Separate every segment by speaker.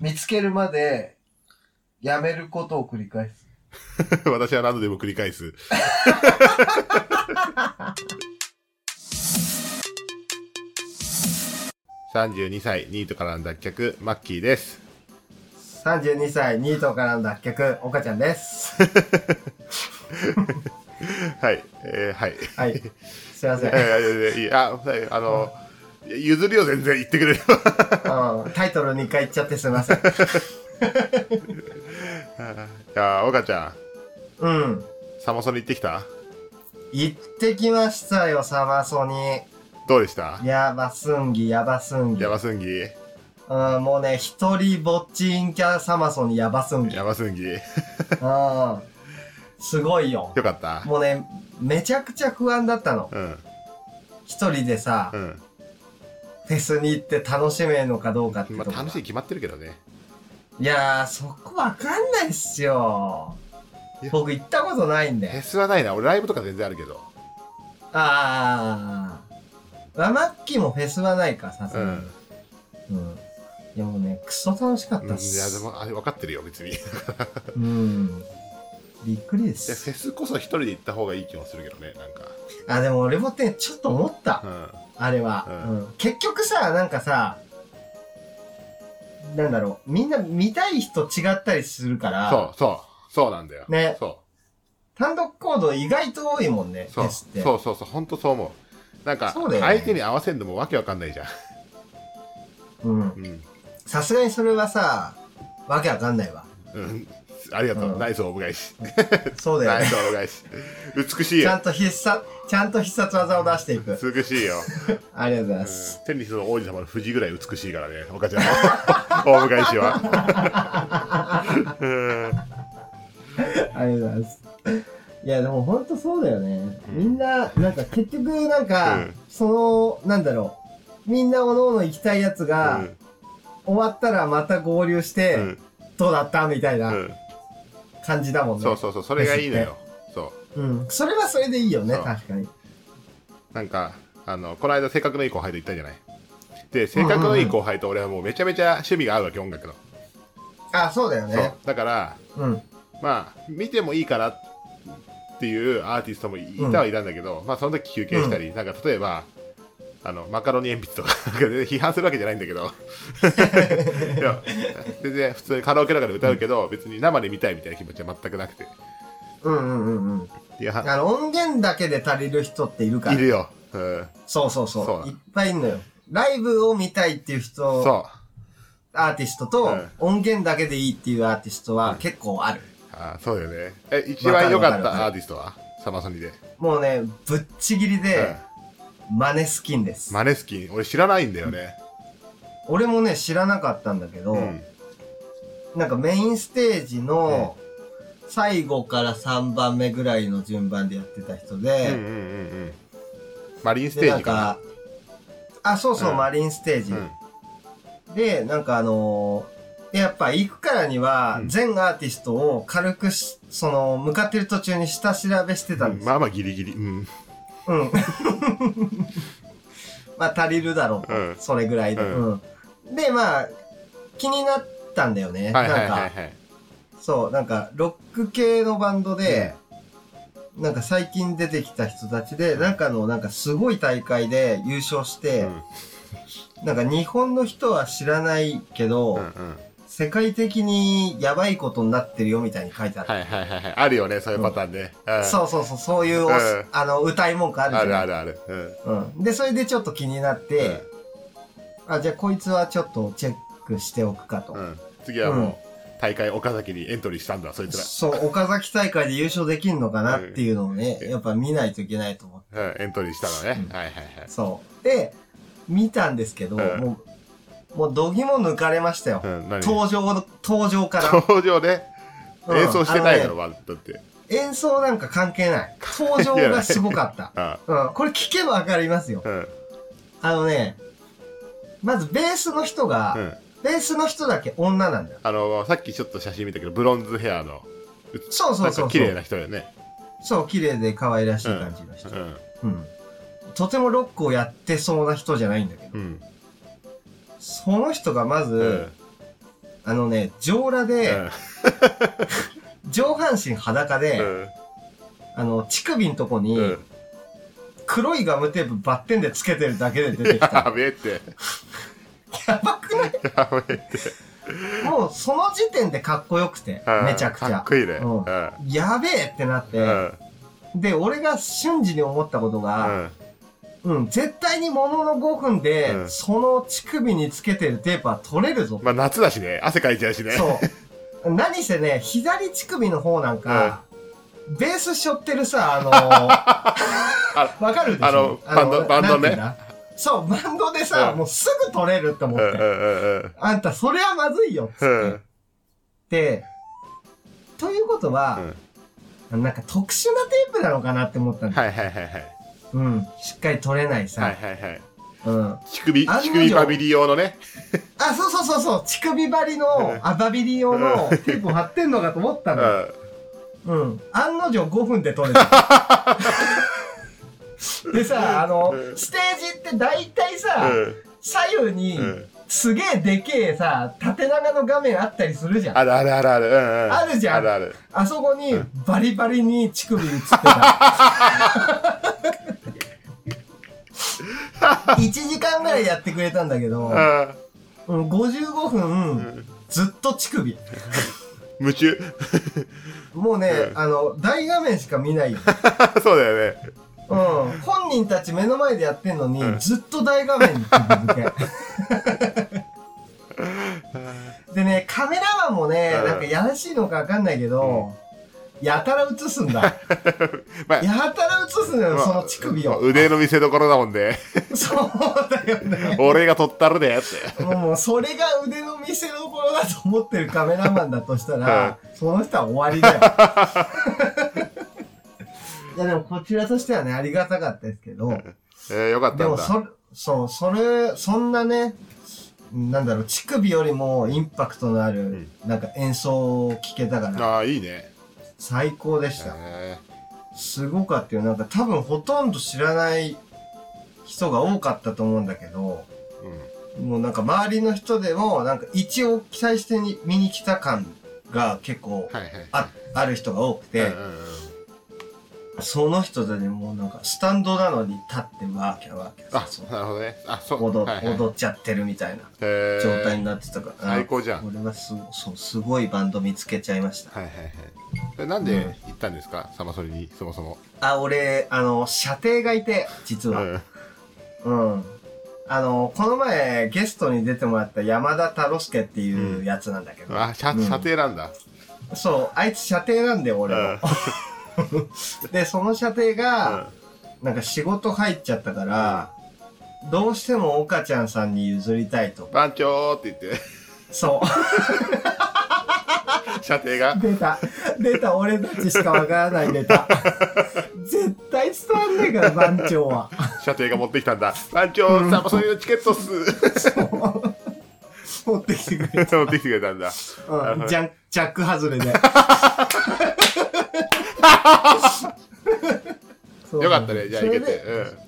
Speaker 1: 見つけるまで、やめることを繰り返す。
Speaker 2: 私は何度でも繰り返す。32歳、ニートからの脱却、マッキーです。
Speaker 1: 32歳、ニートからの脱却、岡ちゃんです。
Speaker 2: はい、えーはい。
Speaker 1: はい。すいません。
Speaker 2: えーいやいやいやあ、はいあの、譲るよ、全然言ってく れれば。
Speaker 1: うんタイトル2回言っちゃってすいません。
Speaker 2: いやー、岡ちゃん、
Speaker 1: うん。
Speaker 2: サマソニ行ってきた
Speaker 1: 行ってきましたよ、サマソニ。
Speaker 2: どうでした
Speaker 1: やばすんぎ、やばすんぎ。
Speaker 2: ヤバスンギ
Speaker 1: うん、もうね、一人ぼっち陰キャサマソニやばすんぎ。う
Speaker 2: ヤバスンギよ
Speaker 1: ん。すごいよ。
Speaker 2: かった
Speaker 1: もうね、めちゃくちゃ不安だったの。
Speaker 2: うん、
Speaker 1: 一人でさ、
Speaker 2: うん。
Speaker 1: フェスに行って楽しめるのかどうかってと
Speaker 2: ま
Speaker 1: こ
Speaker 2: あ、
Speaker 1: が
Speaker 2: 楽しいに決まってるけどね。
Speaker 1: いやー、そこわかんないっすよ
Speaker 2: いや。
Speaker 1: 僕行ったことないん
Speaker 2: フェ
Speaker 1: で。
Speaker 2: スはないな。俺ライブとか全然あるけど。
Speaker 1: あー。まあ、マッキーもフェスはないか、さす
Speaker 2: う
Speaker 1: が
Speaker 2: ん。
Speaker 1: に。うん。いやもうね、クソ楽しかっ
Speaker 2: うんい
Speaker 1: た
Speaker 2: や
Speaker 1: っす。
Speaker 2: でもあれ分かってるよ別にいや
Speaker 1: うん。びっくりで
Speaker 2: フ
Speaker 1: す。
Speaker 2: ェスこそ一人で行った方がいい気もするけどねなんか
Speaker 1: あ、でも俺もね、ちょっと思った。
Speaker 2: う
Speaker 1: あれは、
Speaker 2: う
Speaker 1: うん結局さなんかさなんだろうみんな見たい人違ったりするか
Speaker 2: ん
Speaker 1: ら
Speaker 2: そうそうそうなんだよ
Speaker 1: ね
Speaker 2: そ
Speaker 1: 単独行動意外と多いもんね
Speaker 2: う
Speaker 1: フ
Speaker 2: そう
Speaker 1: ェスって
Speaker 2: そうそうそう本当そう思うなんか
Speaker 1: そうだよね
Speaker 2: 相手に合わせんのもわけわかんないじゃん
Speaker 1: うん
Speaker 2: うん、
Speaker 1: さすがにそれはさわけわかんないわ
Speaker 2: うん、ありがとう、
Speaker 1: うん
Speaker 2: ナイスオブ返し
Speaker 1: そうだよ
Speaker 2: ナイ
Speaker 1: ね
Speaker 2: スオブ返し美しい
Speaker 1: ちゃ
Speaker 2: よ
Speaker 1: んと必殺ちゃんと必殺技を出していく
Speaker 2: 美 しいよ、
Speaker 1: ありがとうございま
Speaker 2: うん
Speaker 1: す、
Speaker 2: テニスの王子様の藤ぐらい美しいからね岡ちゃん のオブ返しはう
Speaker 1: あ
Speaker 2: ん
Speaker 1: りがとうございますいやでもほんとそうだよね、みんななんか結局なんか、
Speaker 2: うん
Speaker 1: そのなんだろうみんなおのの行きたいやつが、
Speaker 2: うん
Speaker 1: 終わったらまた合流して、
Speaker 2: うん
Speaker 1: どうだったみたいうなん感じだもんね。
Speaker 2: そうそうそうそれがいいのよそう
Speaker 1: うん。それはそれでいいよね、
Speaker 2: そう
Speaker 1: 確かに。
Speaker 2: なんか、あの、この間、性格のいい後輩と行ったじゃない。で、性格のいい後輩と俺はもうめちゃめちゃ趣味が合うわけ、音楽の。
Speaker 1: あ、そうだよ
Speaker 2: そう
Speaker 1: ね。。
Speaker 2: だから、
Speaker 1: うん。
Speaker 2: まあ、見てもいいかなっていうアーティストもいたはいたんだけど、まあ、その時休憩したり、なんか、例えば、あの、マカロニ鉛筆とか、なんか全然批判するわけじゃないんだ けど、いや全然普通にカラオケだから歌うけど、別に生で見たいみたいな気持ちは全くなくて。
Speaker 1: うんうんうんうん。
Speaker 2: いや、
Speaker 1: あの、音源だけで足りる人っているから。
Speaker 2: いるよ。うん。
Speaker 1: そうそうそう。
Speaker 2: そう
Speaker 1: いっぱいいるのよ。ライブを見たいっていう人、
Speaker 2: そう。
Speaker 1: アーティストと、
Speaker 2: うん
Speaker 1: 音源だけでいいっていうアーティストは結構ある。
Speaker 2: あーそうよね。え、一番良か
Speaker 1: わか
Speaker 2: っ
Speaker 1: るわかる
Speaker 2: たアーティストはサマソニで。
Speaker 1: もうね、ぶっちぎり
Speaker 2: うん
Speaker 1: で、マネスキンです。
Speaker 2: マネスキン俺知らないんだよね
Speaker 1: 俺もね、知らなかったんだけど、
Speaker 2: うん
Speaker 1: なんかメインステージの最後から3番目ぐらいの順番でやってた人
Speaker 2: うんうんう
Speaker 1: で、
Speaker 2: んうんマリンス
Speaker 1: で
Speaker 2: テ
Speaker 1: な
Speaker 2: ー
Speaker 1: ん
Speaker 2: ジか
Speaker 1: か、あ、そうそう、
Speaker 2: うん
Speaker 1: マリンステージ
Speaker 2: な、うん
Speaker 1: で、なんかあのーやっぱ行くからには
Speaker 2: うん
Speaker 1: 全アーティストを軽くし、その、向かってる途中に下調べしてたんですよ。
Speaker 2: まあまあギリギリうん
Speaker 1: うん。 まあ足りるだろうと、
Speaker 2: うん
Speaker 1: それぐらいで、
Speaker 2: うん
Speaker 1: うんで、まあ、気になったんだよね。
Speaker 2: はいはい
Speaker 1: なんか
Speaker 2: はい、はい
Speaker 1: そう、なんか、ロック系のバンドで、なんか最近出てきた人たちで、なんかの、なんかすごい大会で優勝し
Speaker 2: う
Speaker 1: て、
Speaker 2: ん
Speaker 1: なんか日本の人は知らないけど、
Speaker 2: うんうん
Speaker 1: 世界的にやばいことになってるよみたいに書いてある。
Speaker 2: はいはいはいはいあるよねそういうパターンねうん
Speaker 1: そうそうそう、そういうおし、
Speaker 2: うん
Speaker 1: あの、歌い文句あるじゃ
Speaker 2: あ
Speaker 1: ん。
Speaker 2: るあるあるうん
Speaker 1: うん。で、それでちょっと気になって、あ、じゃあこいつはちょっとチェックしておくかと。
Speaker 2: うんうん次はもう大会岡崎にエントリーしたんだそいつ
Speaker 1: そう、岡崎大会で優勝できんのかなっていうのをね、
Speaker 2: うん
Speaker 1: やっぱ見ないといけないと思って
Speaker 2: らうんエントリーしたのねはいはいはい
Speaker 1: そう。で、見たんですけど、
Speaker 2: うん
Speaker 1: もう、もう、度肝抜かれましたよ。
Speaker 2: うん何
Speaker 1: 登場の、登場 から。
Speaker 2: 登場ね
Speaker 1: うん
Speaker 2: 演奏してないだ
Speaker 1: あのね
Speaker 2: ろまあだって
Speaker 1: 演奏なんか関係ない。登場がすごかった。
Speaker 2: あ
Speaker 1: うん、これ聞けばわかりますよ。
Speaker 2: うんうん
Speaker 1: あのね、まずベースの人が、ベースの人だけ女なんだよ。
Speaker 2: あのさっきちょっと写真見たけどブロンズヘアの
Speaker 1: そうそ
Speaker 2: な
Speaker 1: うんそ
Speaker 2: か
Speaker 1: う。
Speaker 2: 綺麗な人よね
Speaker 1: そう、綺麗で可愛らしい感じの人。
Speaker 2: うん
Speaker 1: うん。とてもロックをやってそうな人じゃないんだけど、
Speaker 2: うん
Speaker 1: その人がまず、
Speaker 2: うん
Speaker 1: あのね、上裸で、上半身裸で、
Speaker 2: うん
Speaker 1: あの、乳首のとこに
Speaker 2: う、ん
Speaker 1: 黒いガムテープバッテンでつけてるだけで出てきた。
Speaker 2: やべえって
Speaker 1: やばくない
Speaker 2: やべえって
Speaker 1: もうその時点でかっこよくて、
Speaker 2: うん
Speaker 1: めちゃくち
Speaker 2: か
Speaker 1: ゃ
Speaker 2: っ。こいいね
Speaker 1: うんやべえってなっ
Speaker 2: うんう
Speaker 1: て、
Speaker 2: ん
Speaker 1: で、俺が瞬時に思ったことが、うん、絶対にものの5分で、
Speaker 2: うん
Speaker 1: その乳首につけてるテープは取れるぞ。
Speaker 2: まあ夏だしね汗かいちゃうしね
Speaker 1: そう。何せね、左乳首の方なんか、ベース背負ってるさ、あの わかるでしょ
Speaker 2: あのバンドバン
Speaker 1: な
Speaker 2: ドね。
Speaker 1: んていうんだそう、バンドでさ、
Speaker 2: うん
Speaker 1: もうすぐ取れるって思
Speaker 2: う
Speaker 1: っ
Speaker 2: んうん
Speaker 1: て。
Speaker 2: うんうん
Speaker 1: あんた、それはまずいよっつって。
Speaker 2: うん
Speaker 1: でということは、なんか特殊なテープなのかなって思ったんだ、
Speaker 2: はいはいはいはい
Speaker 1: うん。しっかり取れないさ。
Speaker 2: はいはいはい
Speaker 1: うん。
Speaker 2: 乳首
Speaker 1: 案の定
Speaker 2: 乳首バビリ用のね
Speaker 1: あ、そうそうそうそう。乳首張りの
Speaker 2: うん
Speaker 1: アバビリ用のテープを貼ってんのかと思った
Speaker 2: うん
Speaker 1: のよ。うん。案の定5分で撮れ た。でさ、あの、
Speaker 2: うん
Speaker 1: ステージって大体さ、
Speaker 2: うん
Speaker 1: 左右に
Speaker 2: うん
Speaker 1: すげえでけえさ、縦長の画面あったりするじゃん。あ
Speaker 2: あるあるあるあるうんうん
Speaker 1: あるじゃん
Speaker 2: あるある
Speaker 1: そこにバリバリに乳首映ってた。1時間ぐらいやってくれたんだけど、
Speaker 2: うん
Speaker 1: うん、55分、
Speaker 2: ん
Speaker 1: ずっと乳首。
Speaker 2: 夢中
Speaker 1: もうね、
Speaker 2: うん
Speaker 1: あの、大画面しか見ない よ。
Speaker 2: そうだよね
Speaker 1: うん、本人たち目の前でやってんのに、
Speaker 2: うん
Speaker 1: ずっと大画面に続け でねカメラマンもね、
Speaker 2: うん
Speaker 1: なんかやらしいのかわかんないけど、やたら映す んだ
Speaker 2: まあ
Speaker 1: やたら映すのよ、その乳首
Speaker 2: まあ
Speaker 1: を、
Speaker 2: 腕の見せ所だもんね
Speaker 1: そうだよね
Speaker 2: 俺が取ったるでって
Speaker 1: もうもうそれが腕の見せ所だと思ってるカメラマンだとしたら、その人は終わりだよ いやでもこちらとしてはねありがたかったですけど、
Speaker 2: えーよかったんだ
Speaker 1: でもそれ、そう、それ、そんなね、なんだろう、乳首よりもインパクトのある、なんか演奏を聴けたから、
Speaker 2: ああいいね
Speaker 1: 最高でした。
Speaker 2: え
Speaker 1: すごかったよ。なんか多分ほとんど知らない人が多かったと思うんだけど、
Speaker 2: ーうん
Speaker 1: もうなんか周りの人でも、なんか一応期待してに見に来た感が結構
Speaker 2: はいはい
Speaker 1: あある人が多くて、
Speaker 2: うんうんうん
Speaker 1: その人たちもうなんかスタンドなのに立ってワーキャーワーキャーさ
Speaker 2: あ
Speaker 1: そう
Speaker 2: なるほどねあそう
Speaker 1: 踊
Speaker 2: はいはい
Speaker 1: 踊っちゃってるみたいな。
Speaker 2: えー
Speaker 1: 状態になってたから、
Speaker 2: 最高じゃん
Speaker 1: これはすそうすごいバンド見つけちゃいました
Speaker 2: はいはいはいえなんで行ったんですか、サマソリにそもそも、
Speaker 1: あ俺あの射程がいて実
Speaker 2: うん、
Speaker 1: は
Speaker 2: はい
Speaker 1: うん、あのこの前ゲストに出てもらった山田太郎介っていううんやつなんだけど、
Speaker 2: あ射
Speaker 1: うん
Speaker 2: 射程なんだ、
Speaker 1: そうあいつ射程なんだよ俺
Speaker 2: うん
Speaker 1: も、 でその射程が、なんか仕事入っちゃったから、どうしても岡ちゃんさんに譲りたいと
Speaker 2: 番長って言って
Speaker 1: そう
Speaker 2: 射程が
Speaker 1: 出た出た俺たちしかわからない出た絶対伝わんねえから番長は
Speaker 2: 射程が持ってきたんだ番長、サマソリのチケットっ す
Speaker 1: 持ってきてくれ、
Speaker 2: 持ってきてくれたんだ
Speaker 1: うん、ジャンジャック外れでそう
Speaker 2: よかったねじゃあ
Speaker 1: そ
Speaker 2: 行
Speaker 1: れで
Speaker 2: けてうん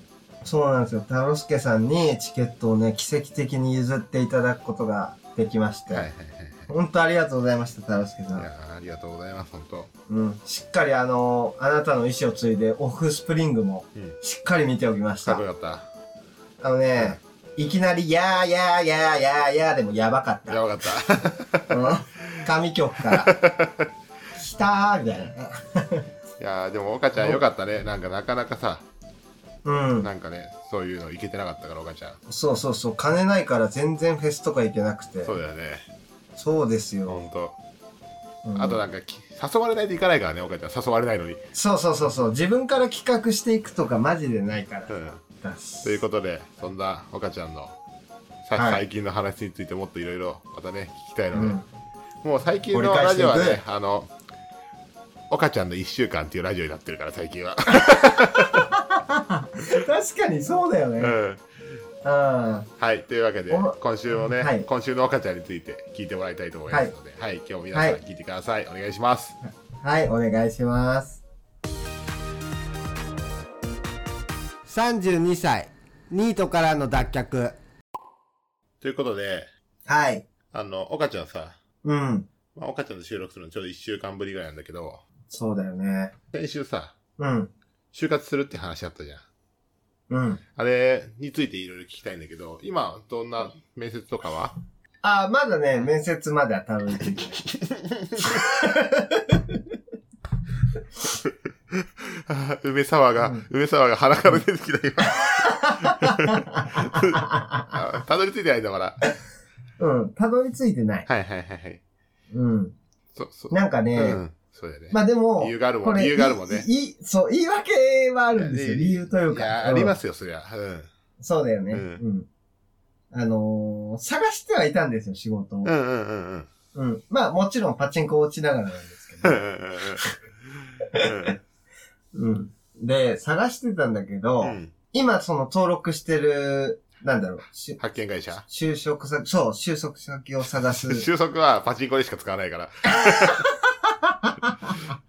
Speaker 1: そうなんですよ太郎介さんにチケットをね奇跡的に譲っていただくことができまして、
Speaker 2: はいはい
Speaker 1: 本当ありがとうございました太郎介さ
Speaker 2: は
Speaker 1: ん、
Speaker 2: いいやーありがとうございます本当
Speaker 1: うん、しっかりあのあなたの意思を継いでオフスプリングも
Speaker 2: うん
Speaker 1: しっかり見ておきまし
Speaker 2: か
Speaker 1: た、
Speaker 2: っこよかっ
Speaker 1: あのね、いきなり、やーやーやーやーやーでもやばかった
Speaker 2: や
Speaker 1: た。
Speaker 2: ばかった
Speaker 1: うん神曲から。来たーみたいな。
Speaker 2: いやーでも岡ちゃんよかったねなんかなかなかさ
Speaker 1: うん。
Speaker 2: なんかねそういうのいけてなかったから岡ちゃん
Speaker 1: そうそうそう。金ないから全然フェスとか行けなくて。
Speaker 2: そうだよね
Speaker 1: そうですよ。
Speaker 2: 本当
Speaker 1: うん
Speaker 2: あとなんかき誘われないといかないからね岡ちゃん誘われないのに
Speaker 1: そうそうそうそう。自分から企画していくとかマジでないから。
Speaker 2: うん
Speaker 1: だし
Speaker 2: ということで、そんな岡ちゃんのさ
Speaker 1: はい
Speaker 2: 最近の話についてもっといろいろまたね、聞きたい
Speaker 1: う
Speaker 2: ので、
Speaker 1: ん。
Speaker 2: もう最近のラジオは
Speaker 1: 掘り返してい、
Speaker 2: ねあの、岡ちゃんの1週間っていうラジオになってるから、最近は。
Speaker 1: 確かにそうだよね。
Speaker 2: う
Speaker 1: うん。
Speaker 2: ん
Speaker 1: は
Speaker 2: はい、というわけで
Speaker 1: おも、
Speaker 2: 今週もね、
Speaker 1: はい
Speaker 2: 今週の岡ちゃんについて聞いてもらいたいと思いますので、はい、今日皆さん
Speaker 1: はい
Speaker 2: 聞いてください。お願いします。
Speaker 1: い、お願いします。
Speaker 3: 32歳、ニートからの脱却。
Speaker 2: ということで、
Speaker 1: はい。
Speaker 2: あの、岡ちゃんさ、
Speaker 1: うん。
Speaker 2: まあ、岡ちゃんと収録するのちょうど1週間ぶりぐらいなんだけど、
Speaker 1: そうだよね。
Speaker 2: 先週さ、
Speaker 1: うん。
Speaker 2: 就活するって話あったじゃん。
Speaker 1: うん。
Speaker 2: あれについていろいろ聞きたいんだけど、今、どんな面接とかは
Speaker 1: あ、まだね、面接までは多分行ってない。
Speaker 2: 梅沢が、
Speaker 1: うん
Speaker 2: 梅沢が鼻から出てきた今あ。たどり着いてないんだから。
Speaker 1: うん。たどり着いてない。
Speaker 2: はいはいはいはい。
Speaker 1: うん。
Speaker 2: そうそう。
Speaker 1: なんか
Speaker 2: う
Speaker 1: ね、
Speaker 2: ん。そうだよね。
Speaker 1: まあでも、
Speaker 2: 理由があるも
Speaker 1: こ
Speaker 2: ん、
Speaker 1: れ
Speaker 2: 理由があるもんね。
Speaker 1: いいいそう、言い訳はあるんですよ。
Speaker 2: いや
Speaker 1: 理由というか。。
Speaker 2: いや、ありますすよ、そりゃ。うん。
Speaker 1: そうだよね。う
Speaker 2: うんん。
Speaker 1: あのー探してはいたんですよ、仕事を。
Speaker 2: うんうんうんうん。
Speaker 1: うん。まあ、もちろんパチンコ落ちながらなんですけ
Speaker 2: うん
Speaker 1: ど。
Speaker 2: うんうん
Speaker 1: うん。で、探してたんだけど、
Speaker 2: うんうん。
Speaker 1: 今その登録してる、なんだろう、し
Speaker 2: 発見会社
Speaker 1: 就職先、そう、就職先を探す。
Speaker 2: 収束はパチンコでしか使わないから。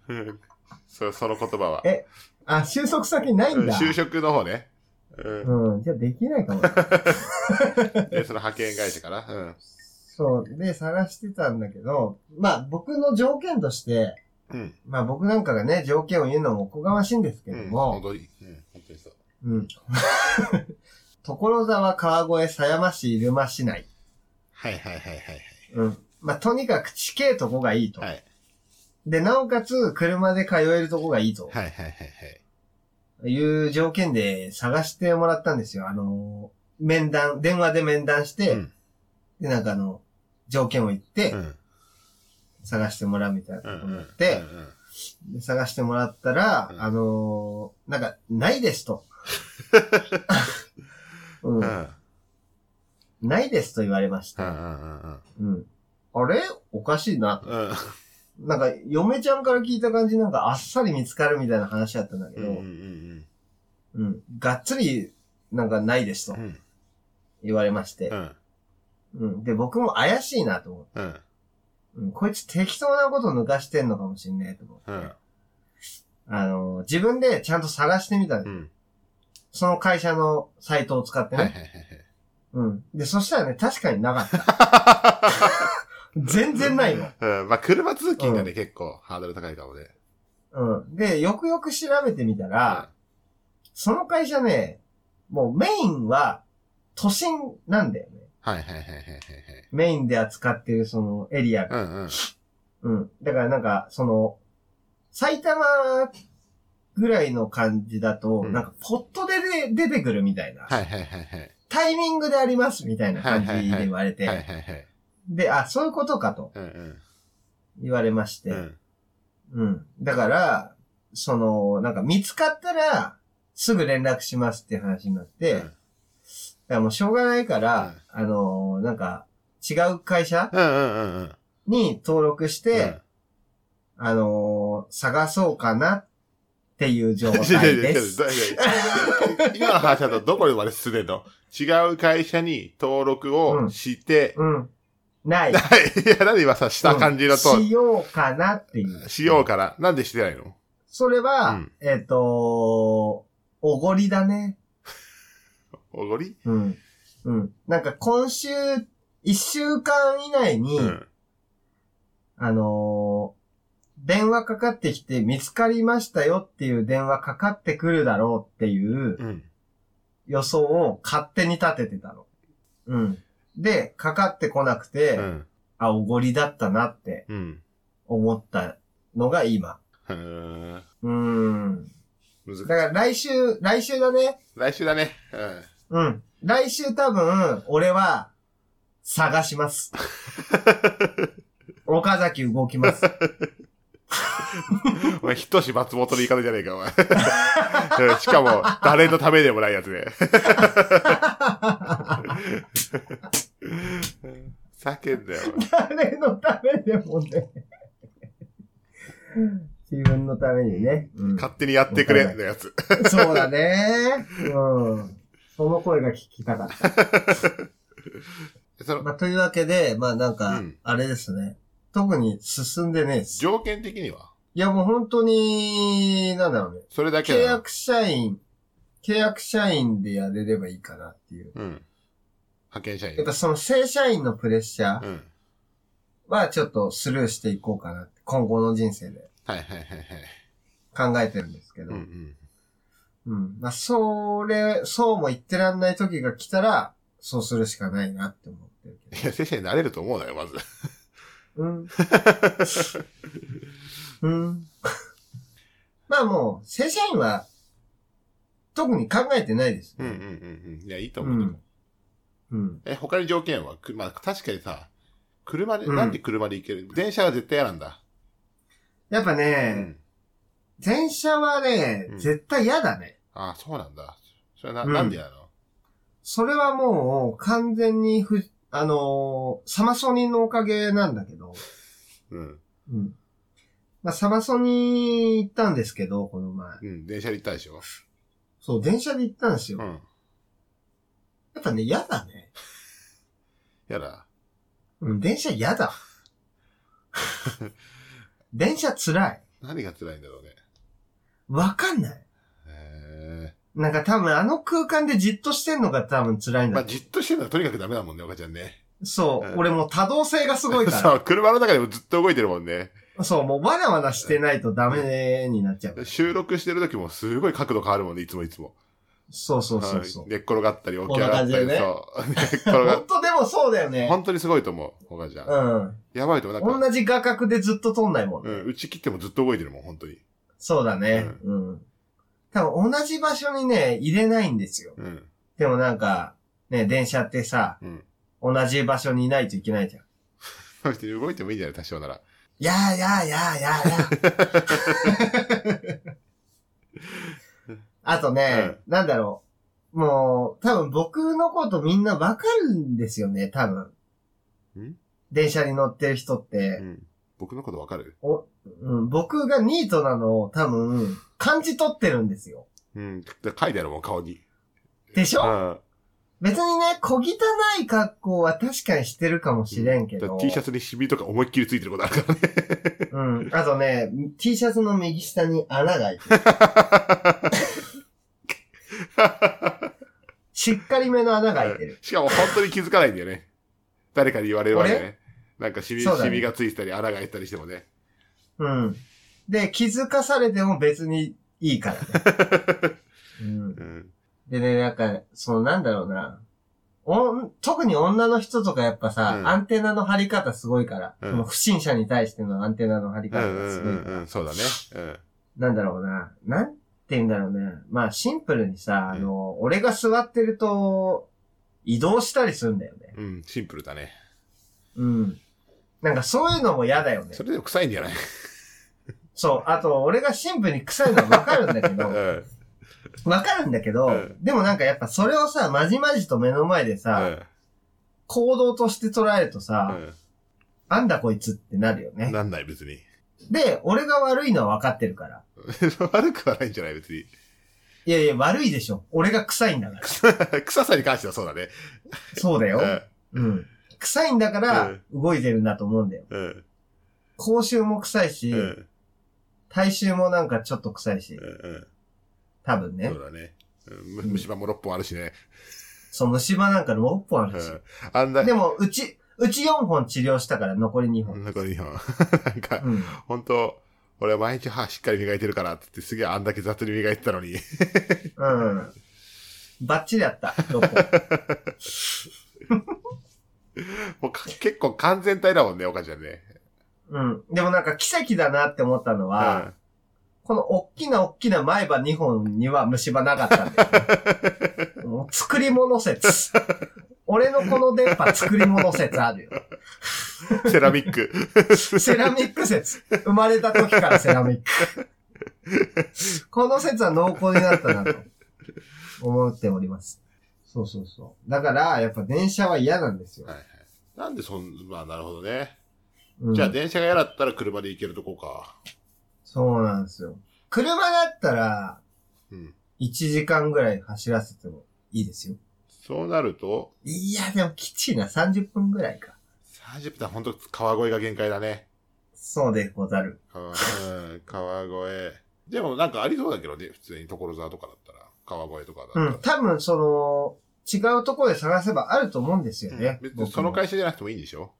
Speaker 2: うんそその言葉は。
Speaker 1: えあ、就職先ない
Speaker 2: うん
Speaker 1: んだ。
Speaker 2: 就職の方ね。うん。
Speaker 1: うん。じゃあできないかも。
Speaker 2: で、その派遣会社から。うん。
Speaker 1: そう。で、探してたんだけど、まあ僕の条件として、
Speaker 2: うん。
Speaker 1: まあ僕なんかがね、条件を言うのもおこがましいんですけど
Speaker 2: うん。本
Speaker 1: も、
Speaker 2: 当に。うん。本当にそう。
Speaker 1: うん。 所沢、川越、狭山市、入間市内。
Speaker 2: はいはいはいはい。
Speaker 1: うん。まあとにかく地形とこがいいと。
Speaker 2: はい。
Speaker 1: で、なおかつ車で通えるとこがいいと
Speaker 2: はいはいはいはい。
Speaker 1: いう条件で探してもらったんですよ。あのー、面談、電話で面談して、
Speaker 2: うん
Speaker 1: で、なんかあの、条件を言って
Speaker 2: うん。
Speaker 1: 探してもらうみたいなこ
Speaker 2: う
Speaker 1: とに
Speaker 2: ん。うん
Speaker 1: なって、
Speaker 2: うん
Speaker 1: で探してもらったら、
Speaker 2: うん
Speaker 1: あのーなんか、ないです と。う
Speaker 2: うん。うん
Speaker 1: ん、ないですと言われまし
Speaker 2: うん
Speaker 1: た。うん、あれおかしいな。
Speaker 2: うんうん。
Speaker 1: なんか、嫁ちゃんから聞いた感じ、なんかあっさり見つかるみたいな話だったんだけ
Speaker 2: うんうん
Speaker 1: ど、
Speaker 2: う
Speaker 1: うん
Speaker 2: ん
Speaker 1: がっつり、なんかないですと
Speaker 2: うん。うん。
Speaker 1: 言われまして、
Speaker 2: うん。
Speaker 1: うん、で、僕も怪しいなと思って、
Speaker 2: うん。
Speaker 1: うん、こいつ適当なこと抜かしてんのかもしんねえと思って、
Speaker 2: うん
Speaker 1: あのー自分でちゃんと探してみたんです、
Speaker 2: うん。
Speaker 1: その会社のサイトを使って
Speaker 2: はい
Speaker 1: ね。
Speaker 2: はいはいはい。
Speaker 1: うん。で、そしたらね、確かになか った。全然ないの。
Speaker 2: うん。まあ、車通勤がね、結構ハードル高いかもね。
Speaker 1: うん。で、よくよく調べてみたら、その会社ね、もうメインは都心なんだよね。
Speaker 2: うん。はいはいはいはいはい
Speaker 1: メインで扱ってるそのエリアが。
Speaker 2: はい。うんうん。
Speaker 1: うん。だからなんか、その、埼玉ぐらいの感じだと、
Speaker 2: うん
Speaker 1: なんかポットでで出てくるみたいな、
Speaker 2: はいはいはいはい。
Speaker 1: タイミングでありますみたいな感じで言われて、
Speaker 2: はいはいはい。
Speaker 1: で、あ、そういうことかと
Speaker 2: うんうん。
Speaker 1: 言われまして、
Speaker 2: うん。
Speaker 1: うん。だから、その、なんか見つかったら、すぐ連絡しますっていう話になって、
Speaker 2: う
Speaker 1: だか
Speaker 2: ん
Speaker 1: らもうしょうがないから、あのーなんか、違う会社
Speaker 2: うんうんうんうん。
Speaker 1: に登録して、あのー探そうかなっていう状
Speaker 2: うん、違
Speaker 1: 態
Speaker 2: う違う違う
Speaker 1: で
Speaker 2: 違
Speaker 1: す。
Speaker 2: う今の話だとどこまで進んでんの違う会社に登録をして、
Speaker 1: うん。ない。
Speaker 2: はい。いや、なんで今さ、した感じだと
Speaker 1: うん、しようかなっていう。
Speaker 2: しようから。なんでしてないの
Speaker 1: それは、
Speaker 2: うん
Speaker 1: えっ、とおごりだね。
Speaker 2: おごり
Speaker 1: うん。うん。なんか今週、一週間以内に、
Speaker 2: うん。
Speaker 1: あのー電話かかってきて見つかりましたよっていう電話かかってくるだろうっていう
Speaker 2: うん。
Speaker 1: 予想を勝手に立ててたの。うん。で、かかってこなくて、
Speaker 2: うん。
Speaker 1: あ、おごりだったなって
Speaker 2: うん。
Speaker 1: 思ったのが今。
Speaker 2: うん。
Speaker 1: うーん。だか
Speaker 2: 難しい。
Speaker 1: ら来週、来週だね。
Speaker 2: 来週だね。うん。
Speaker 1: うん。来週多分、俺は、探し ます。岡崎動きます。
Speaker 2: お前、ひとし松本の言い方じゃねえか、お前。うんしかも、誰のためでもないやつね。叫んだよ、
Speaker 1: 誰のためでもね。自分のためにね。
Speaker 2: お前勝手にやってくれ、のやつ。
Speaker 1: そうだね。うん。その声が聞きたかった。
Speaker 2: その、
Speaker 1: まあ、というわけで、まあなんか
Speaker 2: うん、
Speaker 1: あれですね。特に進んでねえっす。
Speaker 2: 条件的にはい
Speaker 1: やもう本当に、なんだろうね。
Speaker 2: それだけ
Speaker 1: 契
Speaker 2: なの
Speaker 1: 約社員、契約社員でやれればいいかなっていう。
Speaker 2: うん。派遣社員
Speaker 1: やっ。ぱその正社員のプレッシャー
Speaker 2: うん。
Speaker 1: はちょっとスルーしていこうかなって、今後の人生で
Speaker 2: はいはいはいはい。
Speaker 1: 考えてるんですけど。
Speaker 2: う
Speaker 1: うん。
Speaker 2: うんん。
Speaker 1: まあ、それ、そうも言ってらんない時が来たら、そうするしかないなって思ってるけ
Speaker 2: いや、先生になれると思うなよ、まず。
Speaker 1: ど。 うん。うん。まあもう、正社員は、特に考えてないです、
Speaker 2: うんうんうんうん。いや、いいと思う。
Speaker 1: うんうん。
Speaker 2: え、他に条件はくまあ、確かにさ、車で、
Speaker 1: うん
Speaker 2: なんで車で行ける電車は絶対嫌なんだ。
Speaker 1: やっぱ
Speaker 2: う
Speaker 1: ね、
Speaker 2: ん。
Speaker 1: 電車はね、
Speaker 2: うん
Speaker 1: 絶対嫌だね。
Speaker 2: ああ、そうなんだ。それな、
Speaker 1: うん
Speaker 2: なんでなの
Speaker 1: それはもう完全にふ、あのーサマソニのおかげなんだけど、
Speaker 2: うん。
Speaker 1: うん。まあ、サマソニ行ったんですけど、この前。
Speaker 2: うん、電車で行ったでしょ。
Speaker 1: そう、電車で行ったんですよ。
Speaker 2: う
Speaker 1: や
Speaker 2: ん。
Speaker 1: っぱね、嫌だね。
Speaker 2: やだ。
Speaker 1: うん、電車嫌 だ。電車辛い。
Speaker 2: 何が辛いんだろうね。
Speaker 1: わかんない。
Speaker 2: へ
Speaker 1: なんか多分あの空間でじっとしてんのが多分辛い
Speaker 2: え。
Speaker 1: ん
Speaker 2: まあ、
Speaker 1: だ。
Speaker 2: じっとしてるのはとにかくダメだもんね、おかちゃんね。
Speaker 1: そう、
Speaker 2: うん
Speaker 1: 俺もう多動性がすごいか
Speaker 2: そう、車の中でもずっと動いてるもんね。
Speaker 1: ら。そう、もうわらわらしてないとダメになっちゃうから。
Speaker 2: 収録してる時もすごい角度変わるもんね、いつもいつも。
Speaker 1: そうそうそうそう
Speaker 2: はい。寝っ転がったり、起き上がった
Speaker 1: こ
Speaker 2: り、
Speaker 1: んな
Speaker 2: そう。寝っ転がっ
Speaker 1: 本当でもそうだよね。
Speaker 2: 本当にすごいと思う、おかちゃん。
Speaker 1: う
Speaker 2: やばいと思う。なん
Speaker 1: ん。
Speaker 2: か、
Speaker 1: 同じ画角でずっと撮んないもんね。
Speaker 2: うん、打ち切ってもずっと動いてるもん、本当に。
Speaker 1: そうだね。うん。多分同じ場所にね、入れないんですよ。
Speaker 2: うん。
Speaker 1: でもなんか、ね、電車ってさ、
Speaker 2: うん
Speaker 1: 同じ場所にいないといけないじゃん。
Speaker 2: そして動いてもいいんじゃない多少なら。
Speaker 1: やーやーやーやーや ーあとね、なんだろう。もう、多分僕のことみんなわかるんですよね、多分。
Speaker 2: ん
Speaker 1: 電車に乗ってる人って。
Speaker 2: うん。僕のことわかる
Speaker 1: うん、僕がニートなのを多分、感じ取ってるんですよ。
Speaker 2: うん。だ書いてあるもん、顔に。
Speaker 1: でしょ
Speaker 2: ん。
Speaker 1: 別にね、小汚い格好は確かにしてるかもしれんけ
Speaker 2: だか
Speaker 1: ど。
Speaker 2: ら T シャツにシミとか思いっきりついてることあるからね。
Speaker 1: うん。あとね、T シャツの右下に穴が開い てる。しっかりめの穴が開いてる。
Speaker 2: しかも本当に気づかないんだよね。誰かに言われるわけね。なんかシミ、
Speaker 1: そうだね
Speaker 2: シミがついてたり、穴が開いてたりしてもね。
Speaker 1: うん。で、気づかされても別にいいからね。うん
Speaker 2: うん。
Speaker 1: でね、なんか、そのなんだろうな。おん特に女の人とかやっぱさ、
Speaker 2: うん
Speaker 1: アンテナの張り方すごいから、
Speaker 2: うん
Speaker 1: その不審者に対してのアンテナの張り
Speaker 2: う
Speaker 1: 方
Speaker 2: んう
Speaker 1: がす
Speaker 2: ん
Speaker 1: ご
Speaker 2: う
Speaker 1: い
Speaker 2: ん
Speaker 1: から、
Speaker 2: うん。そうだね。うん。
Speaker 1: なんだろうな。なんて言うんだろうね。まあシンプルにさ、あの、俺が座ってると、移動したりするんだよね。
Speaker 2: うん、シンプルだね。
Speaker 1: うん。なんかそういうのも嫌だよね
Speaker 2: そ。れでも臭いんじゃない
Speaker 1: そう。あと、俺がシンプルに臭いのはわかるんだけ
Speaker 2: う
Speaker 1: ど、
Speaker 2: ん。うん。
Speaker 1: わかるんだけど、
Speaker 2: うん
Speaker 1: でもなんかやっぱそれをさ、まじまじと目の前でさ、行動として捉えるとさ、あんだこいつってなるよ
Speaker 2: うん
Speaker 1: ね。
Speaker 2: なんない、別に。
Speaker 1: で、俺が悪いのは分かってるから。
Speaker 2: 悪くはないんじゃない、別に。
Speaker 1: いやいや、悪いでしょ。俺が臭いんだから。
Speaker 2: 臭さに関してはそうだね。
Speaker 1: そうだよ。う
Speaker 2: う
Speaker 1: ん。臭いんだから
Speaker 2: うん、
Speaker 1: 動いてるんだと思うんだよ。
Speaker 2: ん。うん。
Speaker 1: 口臭も臭いし
Speaker 2: う、ん。
Speaker 1: 体臭もなんかちょっと臭いし
Speaker 2: う、んうん。
Speaker 1: 多分ね
Speaker 2: そ。うだね。うんむ
Speaker 1: うん
Speaker 2: 虫歯も6本あるしね。
Speaker 1: そう、虫歯なんかのも6本あ
Speaker 2: う
Speaker 1: るし。
Speaker 2: んあんな、
Speaker 1: でも、うち、うち4本治療したから残り2本。
Speaker 2: 残り2本。 なんか、
Speaker 1: うん。
Speaker 2: 本当俺は毎日歯しっかり磨いてるからって言って、すげえあんだけ雑に磨いてたのに。
Speaker 1: うん。バッチリだった、6本。
Speaker 2: もうか結構完全体だもんね、おかちゃんね。
Speaker 1: うん。でもなんか奇跡だなって思ったのは、このおっきなおっきな前歯2本には虫歯なかったんだよね。もう作り物説。俺のこの出っ歯作り物説あるよ。
Speaker 2: うんセラミッ ク。
Speaker 1: セラミック説。生まれた時からセラミック。この説は濃厚になったなと思っております。そうそうそう。だから、やっぱ電車は嫌なんですよ。
Speaker 2: はいはいなんでそん、まあなるほどね。
Speaker 1: うん、
Speaker 2: じゃあ電車が嫌だったら車で行けるとこか。
Speaker 1: そうなんですよ。車だったら、
Speaker 2: うん。
Speaker 1: 1時間ぐらい走らせてもいいですよ。
Speaker 2: そうなると、
Speaker 1: いや、でもきちいな。30分ぐらいか。
Speaker 2: 30分は本当川越が限界だね。
Speaker 1: そうでござる。
Speaker 2: 川うん川越。でもなんかありそうだけどね、普通に所沢とかだったら、川越とかだった
Speaker 1: う
Speaker 2: ら。
Speaker 1: ん。多分、その、違うところで探せばあると思うんですよね。
Speaker 2: 別
Speaker 1: 僕
Speaker 2: に
Speaker 1: も
Speaker 2: その会社じゃなくてもいいんでしょ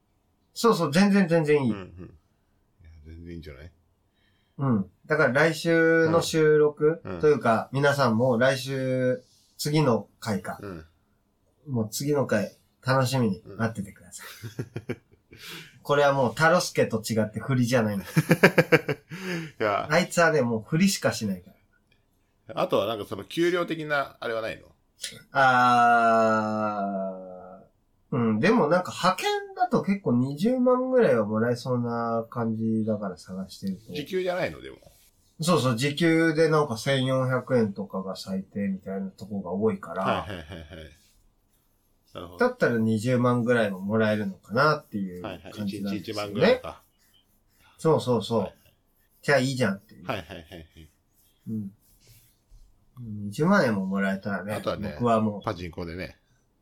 Speaker 1: そうそう、全然全然い
Speaker 2: うん
Speaker 1: い。うん。
Speaker 2: うんいや全然いいんじゃない
Speaker 1: だから来週の収録
Speaker 2: うん
Speaker 1: というか、皆さんも来週、次の回か。
Speaker 2: うん。
Speaker 1: もう次の回、楽しみに待っててください。 これはもう、タロスケと違って振りじゃない んだ。
Speaker 2: いや、
Speaker 1: あいつはね、もう振りしかしないから。
Speaker 2: あとはなんかその給料的なあれはないの
Speaker 1: あー、うん、でもなんか派遣だと結構20万ぐらいはもらえそうな感じだから探してると。
Speaker 2: 時給じゃないのでも。
Speaker 1: そうそう、時給でなんか1400円とかが最低みたいなとこが多いから、
Speaker 2: はいはいはいはい。なるほど。
Speaker 1: だ
Speaker 2: は
Speaker 1: ったら20万ぐらいももらえるのかなっていう
Speaker 2: い
Speaker 1: 感
Speaker 2: はい。
Speaker 1: じ
Speaker 2: 1
Speaker 1: なん
Speaker 2: 日
Speaker 1: ですよ
Speaker 2: 1万ぐらい
Speaker 1: ね。
Speaker 2: か。
Speaker 1: そうそうそう。
Speaker 2: はい
Speaker 1: じゃあいいじゃんっていう。
Speaker 2: はいはいはい。
Speaker 1: うん。20万円ももらえたらね、
Speaker 2: あとはね
Speaker 1: 僕はも
Speaker 2: パチンコでね、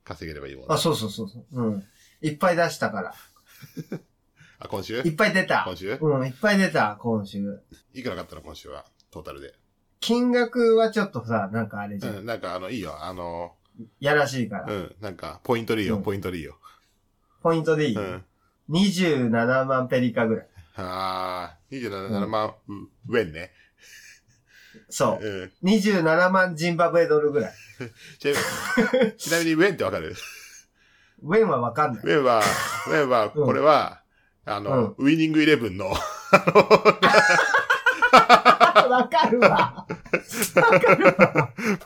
Speaker 2: 稼げればいいもん
Speaker 1: う、
Speaker 2: ね
Speaker 1: あ、そうそうそうそう、うん。いっぱい出したから。
Speaker 2: あ、今週
Speaker 1: いっぱい出た。
Speaker 2: 今週
Speaker 1: うん、いっぱい出た、今週。
Speaker 2: いくら買ったの今週は、トータルで。
Speaker 1: 金額はちょっとさ、なんかあれじ
Speaker 2: う
Speaker 1: ゃん。
Speaker 2: ん、なんかあの、いいよ。あの、
Speaker 1: やらしいから。
Speaker 2: うん、なんか、ポイントでいいよ、
Speaker 1: うん
Speaker 2: ポイントでいいよ。
Speaker 1: ポイントでいい、
Speaker 2: うん。
Speaker 1: ?27 万ペリカぐらい。
Speaker 2: あー、27万、うん、ウェンね。
Speaker 1: そうう。27万ジンバブエドルぐらい。
Speaker 2: ん。ちなみ にちなみにウェンってわかる
Speaker 1: ウェンはわかん ない
Speaker 2: ウ。ェンは、ウェンは、
Speaker 1: うん
Speaker 2: これは、あの、ウィニングイレブ ンの、
Speaker 1: わかるわ。
Speaker 2: マスタ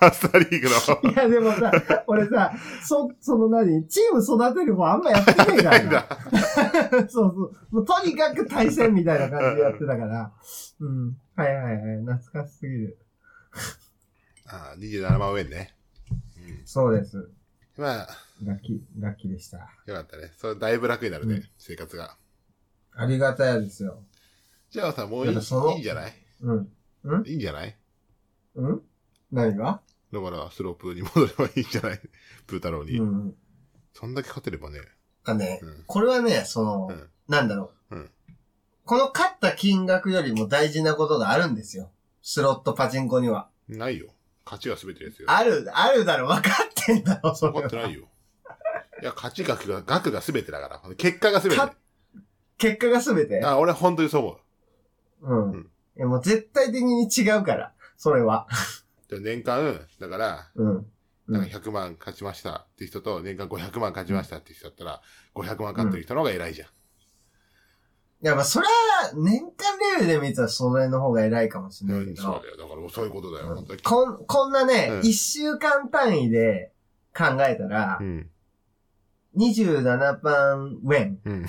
Speaker 2: ーリーグの、
Speaker 1: いや、でもさ、俺さ、そ、その何、チーム育てるもんあんまやってない からな。そうそう。もうとにかく対戦みたいな感じでやってたから。うん。はいはいはい。懐かしすぎる。
Speaker 2: あー27万ウェンね。
Speaker 1: そうです。
Speaker 2: まあ、
Speaker 1: ラッキー、ラッキーでした。
Speaker 2: よかったね。それだいぶ楽になるね、
Speaker 1: うん
Speaker 2: 生活が。
Speaker 1: ありがたやですよ。
Speaker 2: じゃあさ、もうい
Speaker 1: な
Speaker 2: い
Speaker 1: んかその
Speaker 2: いいんじゃない
Speaker 1: うん。
Speaker 2: いいんじゃない
Speaker 1: うん何が
Speaker 2: だから、スロープに戻ればいいんじ ゃないプー太郎
Speaker 1: う
Speaker 2: に。
Speaker 1: んうん。
Speaker 2: そんだけ勝てればね。
Speaker 1: あね、
Speaker 2: うん。
Speaker 1: これはね、その、
Speaker 2: うん
Speaker 1: なんだろう、
Speaker 2: うん
Speaker 1: この勝った金額よりも大事なことがあるんですよ。スロットパチンコには。
Speaker 2: ないよ。勝ちが全てですよ。
Speaker 1: ある、あるだろ、分かってんだろ、そ
Speaker 2: 分
Speaker 1: れ
Speaker 2: かって
Speaker 1: は。
Speaker 2: ないよ。いや、勝ち額が、額が全てだから。結果が全て。
Speaker 1: 勝結果が全て。
Speaker 2: あ、俺本当にそう思う。
Speaker 1: うん。
Speaker 2: うん
Speaker 1: いやもう絶対的に違うから、それは。
Speaker 2: で年間、だから、
Speaker 1: うん。う
Speaker 2: なん
Speaker 1: ん、
Speaker 2: か100万勝ちましたって人と、年間500万勝ちましたって人だったら、500万勝ってる人の方が偉いじゃん。
Speaker 1: いや、まあ、それは、年間レベルで見たら、それの方が偉いかもしれないけ
Speaker 2: そう
Speaker 1: ど、
Speaker 2: だよ。だから、そういうことだよ。本当に。
Speaker 1: こん、こんなね、
Speaker 2: うん
Speaker 1: 一週間単位で考えたら、
Speaker 2: うん。
Speaker 1: 27万ウェン。
Speaker 2: うん。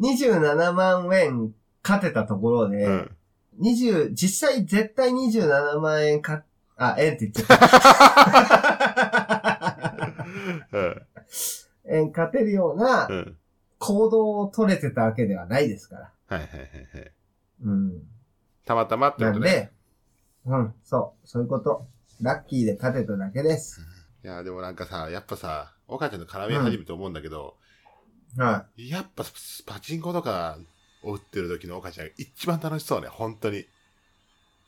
Speaker 1: 27万ウェン勝てたところで、
Speaker 2: うん。
Speaker 1: 20、実際絶対27万円か、あ、円って言っちゃった。
Speaker 2: うん。
Speaker 1: 円勝てるような
Speaker 2: うん。
Speaker 1: 行動を取れてたわけではないですから。
Speaker 2: はいはいはいはい。
Speaker 1: うん。
Speaker 2: たまたまって
Speaker 1: な
Speaker 2: こと
Speaker 1: ん
Speaker 2: ね。
Speaker 1: で、うん、そう、そういうこと。ラッキーで勝てただけです。
Speaker 2: いや、でもなんかさ、やっぱさ、岡ちゃんと絡み始めて思うんだけど、
Speaker 1: は
Speaker 2: やっぱパチンコとかを打ってる時の岡ちゃんが一番楽しそうね、本当に。
Speaker 1: い。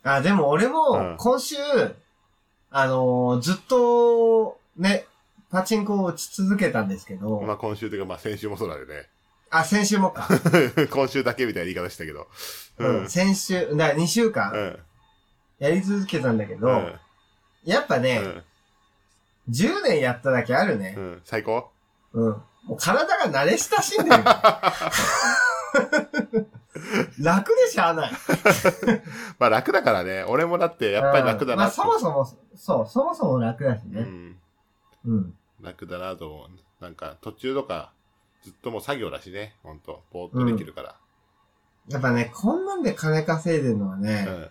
Speaker 1: あ、でも俺
Speaker 2: うん
Speaker 1: も、今週、あのーずっと、ね、パチンコを打ち続けたんですけど、
Speaker 2: まあ今週というか、まあ先週もそうだよね。
Speaker 1: あ、先週もか。
Speaker 2: 今週だけみたいな言い方したけど。
Speaker 1: うん、先週、だ2週間、
Speaker 2: うん。
Speaker 1: やり続けたんだけど、
Speaker 2: うん。
Speaker 1: やっぱ
Speaker 2: う
Speaker 1: ね、
Speaker 2: ん。
Speaker 1: 10年やっただけあるね
Speaker 2: う。ん。最高
Speaker 1: うん。もう体が慣れ親しんでるから。 楽でしゃあない。
Speaker 2: まあ楽だからね。俺もだって、やっぱり楽だ
Speaker 1: ま
Speaker 2: な
Speaker 1: あ
Speaker 2: って
Speaker 1: そもそも、そう、そもそも楽だし
Speaker 2: う
Speaker 1: ね。
Speaker 2: ん。
Speaker 1: うん。
Speaker 2: 楽だなと思う。なんか途中とか、ずっともう作業だしね。ほんと。ぼーっとできるから。
Speaker 1: やっぱね、こんなんで金稼いでるのはね、
Speaker 2: うん。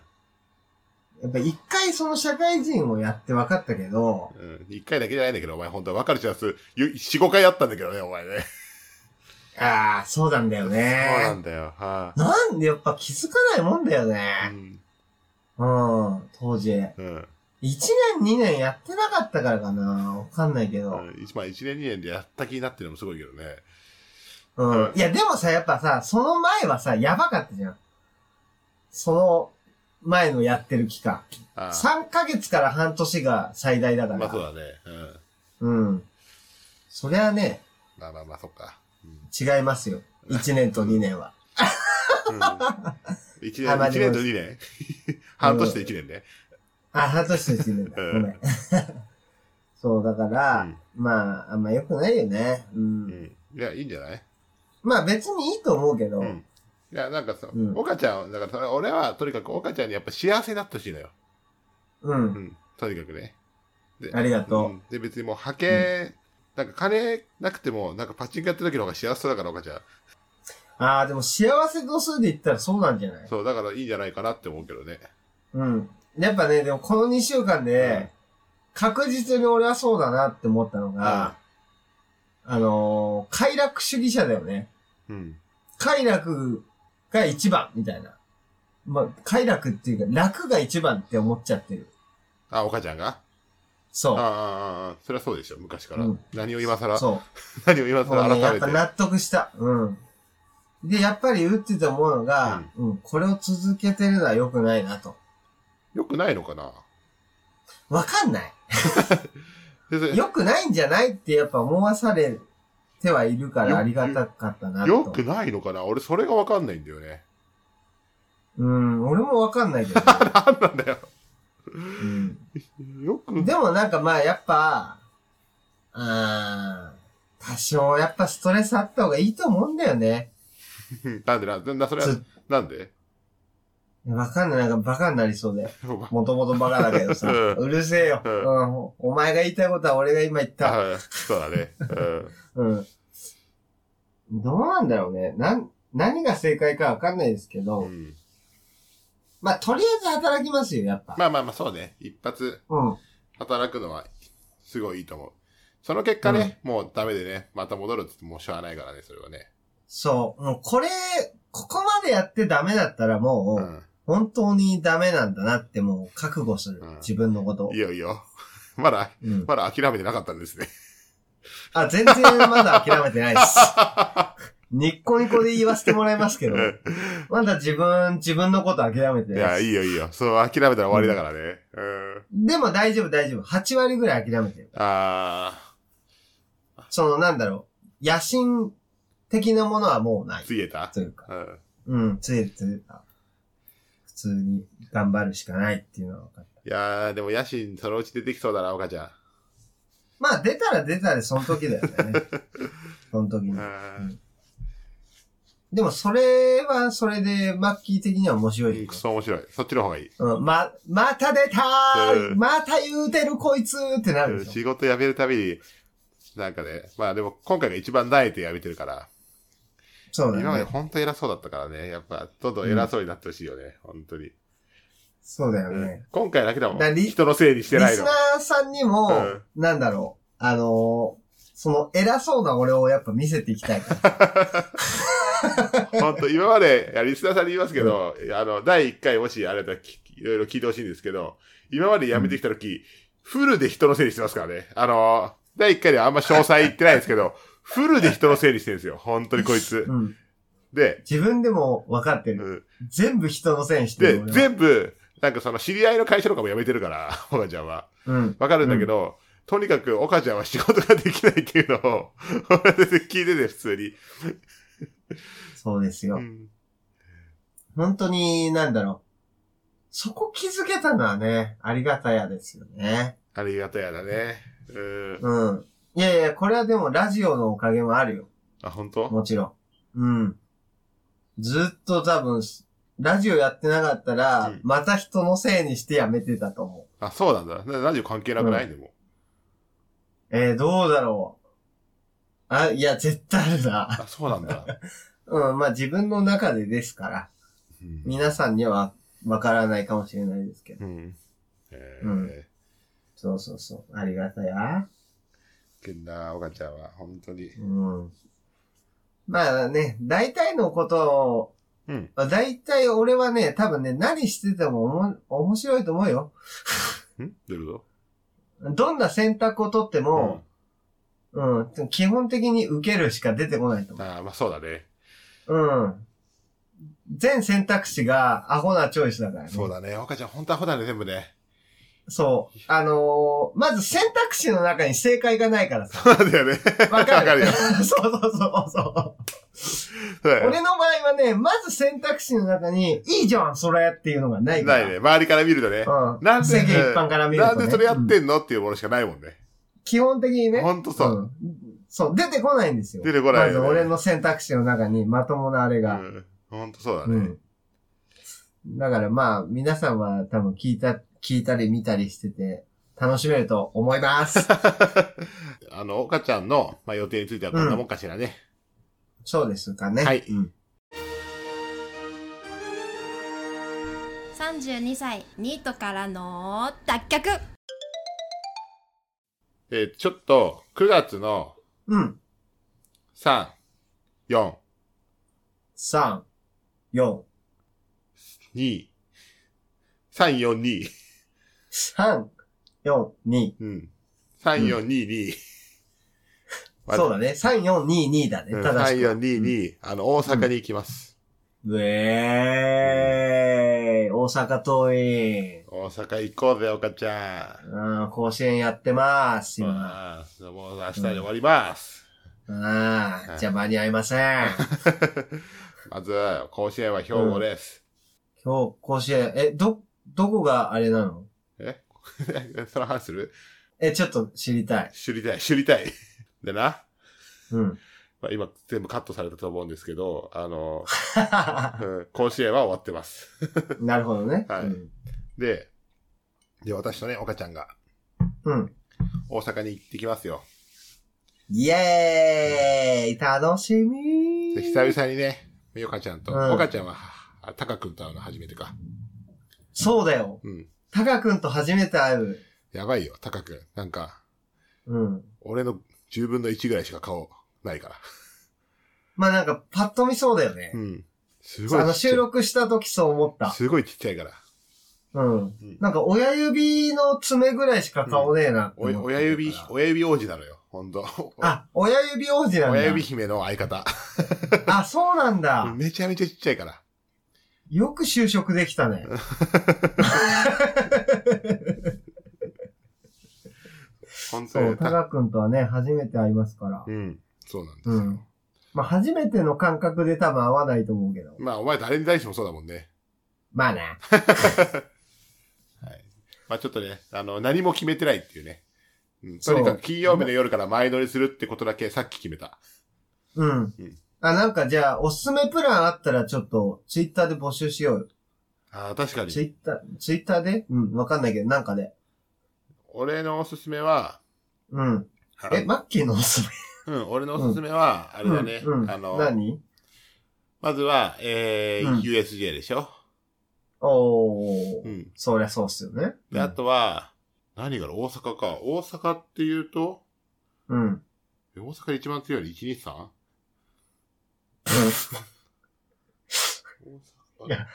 Speaker 1: やっぱ一回その社会人をやって分かったけど、
Speaker 2: うん。一回だけじゃないんだけど、お前本当は分かるチャンス、ゆ四五回あったんだけどね、お前ね。
Speaker 1: ああ、そうなんだよ
Speaker 2: そうな
Speaker 1: ね。
Speaker 2: んだよ。は
Speaker 1: なんでやっぱ気づかないもんだよ
Speaker 2: あ、う
Speaker 1: ね。
Speaker 2: ん。
Speaker 1: うん、当時。1
Speaker 2: うん。
Speaker 1: 年2年やってなかったからかな。わかんないけど。
Speaker 2: うん一まあ一年二年でやった気になってるのもすごいけどね。
Speaker 1: うん。いや、でもさ、やっぱさ、その前はさ、やばかったじゃん。その前のやってる期間。
Speaker 2: ああ
Speaker 1: 3ヶ月から半年が最大だから。
Speaker 2: まあそうだね。うん。
Speaker 1: うん。そりゃあね、
Speaker 2: まあまあまあ、そっか。
Speaker 1: 違いますよ。1年と2年は。
Speaker 2: うん、一年、
Speaker 1: あ
Speaker 2: 一年と二年 半年と一年ね。
Speaker 1: あ、半年と1年だ。ごめん。 そう、だから、まあ、あんま良くないよね。う。
Speaker 2: うんん。いや、いいんじゃない
Speaker 1: まあ別にいいと思うけど、
Speaker 2: う
Speaker 1: うんん。。
Speaker 2: いや、なんかさ
Speaker 1: う、ん
Speaker 2: 岡ちゃん、だからそれ俺はとにかく岡ちゃんにやっぱ幸せになってほしいのよ。うん。とにかくね。で
Speaker 1: ありがとう。
Speaker 2: んで、別にもう波形、なんか金なくても、なんかパチンコやってる時の方が幸せそうだから、岡ちゃん。
Speaker 1: ああ、でも幸せ度数で言ったらそうなんじゃない
Speaker 2: そう、だからいいんじゃないかなって思うけどね。
Speaker 1: うん。やっぱね、でもこの2週間
Speaker 2: うん
Speaker 1: で、確実に俺はそうだなって思ったのが、あのー快楽主義者だよね。
Speaker 2: うん。
Speaker 1: 快楽が一番みたいな。まあ、快楽っていうか、楽が一番って思っちゃってる。
Speaker 2: あ、岡ちゃんがああ
Speaker 1: そ
Speaker 2: あ、ああ、それはそうでしょ、昔から
Speaker 1: うん。
Speaker 2: 何を今
Speaker 1: う。
Speaker 2: 更、
Speaker 1: そ
Speaker 2: 何を今
Speaker 1: う。もうね、
Speaker 2: 更
Speaker 1: やっ
Speaker 2: 改
Speaker 1: ぱ
Speaker 2: めて。
Speaker 1: 納得した。うん。で、やっぱり打ってて思うのが、うん、これを続けてるのは良くないなと。
Speaker 2: よくないのかな
Speaker 1: わかんない。
Speaker 2: 先生
Speaker 1: 良くないんじゃないってやっぱ思わされてはいるからありがたかったなと。
Speaker 2: よくないのかな俺、それがわかんないんだよね。
Speaker 1: うん、俺もわかんないけど、
Speaker 2: なんなんだよ。
Speaker 1: うん
Speaker 2: よく、
Speaker 1: でもなんかまあやっぱ、あー多少やっぱストレスあった方がいいと思うんだよね。
Speaker 2: なんでなんで、な、それは
Speaker 1: つ、
Speaker 2: なんで
Speaker 1: わかんない、なんかバカになりそうで。
Speaker 2: お前
Speaker 1: もともとバカだけどさ。
Speaker 2: うん
Speaker 1: うるせえよ、
Speaker 2: う
Speaker 1: うんんお前が言いたいことは俺が今言った。
Speaker 2: あそうだね。うん。
Speaker 1: うん。どうなんだろうね。なん、何が正解かわかんないですけど、
Speaker 2: うん
Speaker 1: まあとりあえず働きますよ、やっぱ。
Speaker 2: まあまあまあ、そうね。一発
Speaker 1: うん。
Speaker 2: 働くのは、すごいいいと思う。その結果ね、もうダメでね、また戻るってもうしょうがないからね、それはね。
Speaker 1: そう。もうこれ、ここまでやってダメだったらもう、
Speaker 2: う
Speaker 1: 本当にダメなんだなってもう覚悟する。
Speaker 2: うん
Speaker 1: 自分のことを
Speaker 2: ん。いいよいいよ。 まだ、
Speaker 1: うん。
Speaker 2: まだ諦めてなかったんですね。
Speaker 1: あ、全然まだ諦めてない です。ニッコニコで言わせてもらいますけど、まだ自分、自分のこと諦めて
Speaker 2: い
Speaker 1: な
Speaker 2: や、
Speaker 1: いです。
Speaker 2: いいよいいよ。そう、諦めたら終わりだからね。うん。
Speaker 1: でも大丈夫大丈夫。8割ぐらい諦めてる。
Speaker 2: あ
Speaker 1: その、なんだろう。野心的なものはもうない
Speaker 2: ー、。ついえた
Speaker 1: というか。
Speaker 2: うん。
Speaker 1: うん、ついついた。普通に頑張るしかないっていうのは分かった。
Speaker 2: いやー、でも野心そのうち出てきそうだな、岡ちゃん。
Speaker 1: まあ、出たら出たで、その時だ よね。その時に
Speaker 2: う。ん。
Speaker 1: でも、それは、それで、マッキー的には面白
Speaker 2: うん
Speaker 1: い
Speaker 2: く。そ面白い。そっちの方がいい。
Speaker 1: うん、ま、また出た
Speaker 2: う
Speaker 1: ー
Speaker 2: ん
Speaker 1: また言うてるこいつーってなる
Speaker 2: うん
Speaker 1: でしょ。
Speaker 2: 仕事辞めるたびに、なんかね、まあでも今回が一番慣れて辞めてるから、
Speaker 1: そう
Speaker 2: 今
Speaker 1: だ
Speaker 2: まで
Speaker 1: ね。
Speaker 2: 本当偉そうだったからね、やっぱ、どんどん偉そうになってほしいよね、本当に。
Speaker 1: そうだよ
Speaker 2: うん
Speaker 1: ね。
Speaker 2: 今回だけだも
Speaker 1: だ
Speaker 2: ん。
Speaker 1: リ
Speaker 2: 人のせいにして
Speaker 1: リ
Speaker 2: ない
Speaker 1: ス
Speaker 2: の
Speaker 1: ナ。ーさんにも、
Speaker 2: うん
Speaker 1: なんだろう、あのーその偉そうな俺をやっぱ見せていきたいから。
Speaker 2: 本当今まで、いやリスナーさんに言いますけど、あの、第1回もしあれだったらきいろいろ聞いてほしいんですけど、今まで辞めてきた時、フルで人のせいにしてますからね。あの、第1回ではあんま詳細言ってないですけど、フルで人のせいにしてるんですよ。本当にこいつ。
Speaker 1: うん。
Speaker 2: で、
Speaker 1: 自分でも分かって
Speaker 2: う
Speaker 1: る。
Speaker 2: ん、
Speaker 1: 全部人のせいにして
Speaker 2: で
Speaker 1: る。、
Speaker 2: 全部、なんかその知り合いの会社とかも辞めてるから、 岡ちゃんは。
Speaker 1: 部。うん。
Speaker 2: わかるんだけど、とにかく岡ちゃんは仕事ができないっていうのを、 俺で聞いてて、普通に。
Speaker 1: そうですよ。
Speaker 2: うん
Speaker 1: 本当に、なんだろう。そこ気づけたのはね、ありがたやですよね。
Speaker 2: ありがたやだね。うん。
Speaker 1: うん。いやいや、これはでもラジオのおかげもあるよ。
Speaker 2: あ、本当？
Speaker 1: もちろん。うん。ずっと多分、ラジオやってなかったら、
Speaker 2: うん
Speaker 1: また人のせいにしてやめてたと思
Speaker 2: あ、そうなんだ。なラジオ関係なくない、でも。
Speaker 1: う。えー、どうだろう。あ、いや、絶対あるな。
Speaker 2: あ、そうなんだ。
Speaker 1: うん、まあ自分の中でですから、
Speaker 2: うん
Speaker 1: 皆さんにはわからないかもしれないですけど。
Speaker 2: うん。え
Speaker 1: うん
Speaker 2: ー、
Speaker 1: そうそうそう。ありがたや。
Speaker 2: けんな、岡ちゃんは、本当に。
Speaker 1: うん。まあね、大体のことを、
Speaker 2: うん。
Speaker 1: 大体俺はね、多分ね、何しててもおも面白いと思うよ。
Speaker 2: んどういうこ
Speaker 1: どんな選択を取って
Speaker 2: と
Speaker 1: も、うん。でも基本的に受けるしか出てこないと
Speaker 2: うん。
Speaker 1: 思
Speaker 2: あーまあそうだね。
Speaker 1: う。うん。全選択肢がアホなチョイスだからね。
Speaker 2: そうだね。岡ちゃん、本当はほだね、全部ね。
Speaker 1: そう。あのーまず選択肢の中に正解がないからさ。
Speaker 2: そうだよね。
Speaker 1: わかる。
Speaker 2: わかるよ
Speaker 1: そうそうそうそ う。
Speaker 2: そうだよね
Speaker 1: 俺の場合はね、まず選択肢の中に、いいじゃん、それっていうのがないか
Speaker 2: な
Speaker 1: ら。
Speaker 2: いね。周りから見るとね。
Speaker 1: うん。
Speaker 2: なんで、
Speaker 1: 世間一般から見ると、ね。
Speaker 2: なんでそれやっ
Speaker 1: うん
Speaker 2: てんのっていうものしかないもんね。
Speaker 1: 基本的にね。
Speaker 2: ほんとそう。
Speaker 1: んそう、出てこないんですよ。
Speaker 2: 出てこないよね
Speaker 1: まず俺の選択肢の中にまともなあれ
Speaker 2: う
Speaker 1: が。
Speaker 2: ん。ほんとそうだ
Speaker 1: う
Speaker 2: ね。
Speaker 1: ん。だからまあ、皆さんは多分聞いた、聞いたり見たりしてて、楽しめると思い ます。
Speaker 2: あの、岡ちゃんの、まあ、予定についてはこんなもんかしらね。
Speaker 1: そうですかね。
Speaker 2: はい
Speaker 1: うん
Speaker 3: 32歳ニートからの脱却
Speaker 2: えーちょっと、9月の
Speaker 1: うん。
Speaker 2: 3、4、
Speaker 1: 3、4、
Speaker 2: 2、3、4、2。
Speaker 1: 3、4、2。
Speaker 2: うん。3、4、2、2。
Speaker 1: そうだね。3、4、2、2だね。
Speaker 2: うん
Speaker 1: 正しく。
Speaker 2: 3422、あの、大阪に行きます。
Speaker 1: うえーい。大阪桐蔭。
Speaker 2: 大阪行こうぜ、岡ちゃん。
Speaker 1: うん、甲子園やってます、今。
Speaker 2: まあ、もう明日で終わ ります。
Speaker 1: あ
Speaker 2: は
Speaker 1: あ、
Speaker 2: い
Speaker 1: じゃあ間に合いません。
Speaker 2: まず、甲子園は兵庫です。
Speaker 1: 今日、甲子園、え、ど、どこがあれなの
Speaker 2: え その話する
Speaker 1: え、ちょっと知りたい。
Speaker 2: 知りたい、知りたい。でな、
Speaker 1: うん。
Speaker 2: まあ、今全部カットされたと思うんですけど、あ の、うん甲子園は終わってます。
Speaker 1: なるほどね。
Speaker 2: はい
Speaker 1: うん
Speaker 2: で、で、私とね、岡ちゃんが
Speaker 1: うん。
Speaker 2: 大阪に行ってきますよ。
Speaker 1: イエーイ楽しみ
Speaker 2: で久々にね、ゆかちゃんと、
Speaker 1: うん
Speaker 2: 岡ちゃんは、あタカ君と会うの初めてか。
Speaker 1: そうだよ。
Speaker 2: うん。
Speaker 1: タカ君と初めて会う。
Speaker 2: やばいよ、高く。なんか、
Speaker 1: うん。
Speaker 2: 俺の10分の1ぐらいしか顔ないから。
Speaker 1: まあなんか、パッと見そうだよね
Speaker 2: う。ん。すごいちっちゃい。
Speaker 1: あの、収録した時そう思った。
Speaker 2: すごいちっちゃいから。
Speaker 1: うん
Speaker 2: ん。
Speaker 1: なんか、親指の爪ぐらいしか顔ねえなって
Speaker 2: お
Speaker 1: 思ってたから
Speaker 2: 親指、親指王子なのよ、ほんと。
Speaker 1: あ、親指王子なんだ。
Speaker 2: 親指姫の相方。
Speaker 1: あ、そうなんだ。
Speaker 2: めちゃめちゃちっちゃいから。
Speaker 1: よく就職できたね。
Speaker 2: ほんと
Speaker 1: そう、
Speaker 2: に。
Speaker 1: タカ君とはね、初めて会いますから。
Speaker 2: うん。そうなんです
Speaker 1: う
Speaker 2: よ。
Speaker 1: ん。まあ、初めての感覚で多分合わないと思うけど。
Speaker 2: まあ、お前誰に対してもそうだもんね。
Speaker 1: まあね。
Speaker 2: まあちょっとね、あの、何も決めてないっていうね。うん、
Speaker 1: そ
Speaker 2: と
Speaker 1: う
Speaker 2: にかく金曜日の夜から前乗りするってことだけさっき決めた。
Speaker 1: うん
Speaker 2: うん。
Speaker 1: あ、なんかじゃあ、おすすめプランあったらちょっと、ツイッターで募集しようよ。
Speaker 2: ああ、確か
Speaker 1: ツ
Speaker 2: に。
Speaker 1: イッター、ツイッターでうん、わかんないけど、なんかで。
Speaker 2: 俺のおすすめは、
Speaker 1: うん。
Speaker 2: あ
Speaker 1: え、マッキーのおすす
Speaker 2: うん、俺のおすすめは、あ
Speaker 1: め
Speaker 2: れだね、
Speaker 1: うんうん
Speaker 2: あの、
Speaker 1: 何
Speaker 2: まずは、えー
Speaker 1: うん
Speaker 2: USJ でしょ。
Speaker 1: おー。
Speaker 2: うん。
Speaker 1: そりゃそうっすよね。
Speaker 2: で、あとは、何がある大阪か。大阪っていうと、
Speaker 1: うん。うん。
Speaker 2: え大阪で一番強いの 123? 大
Speaker 1: いや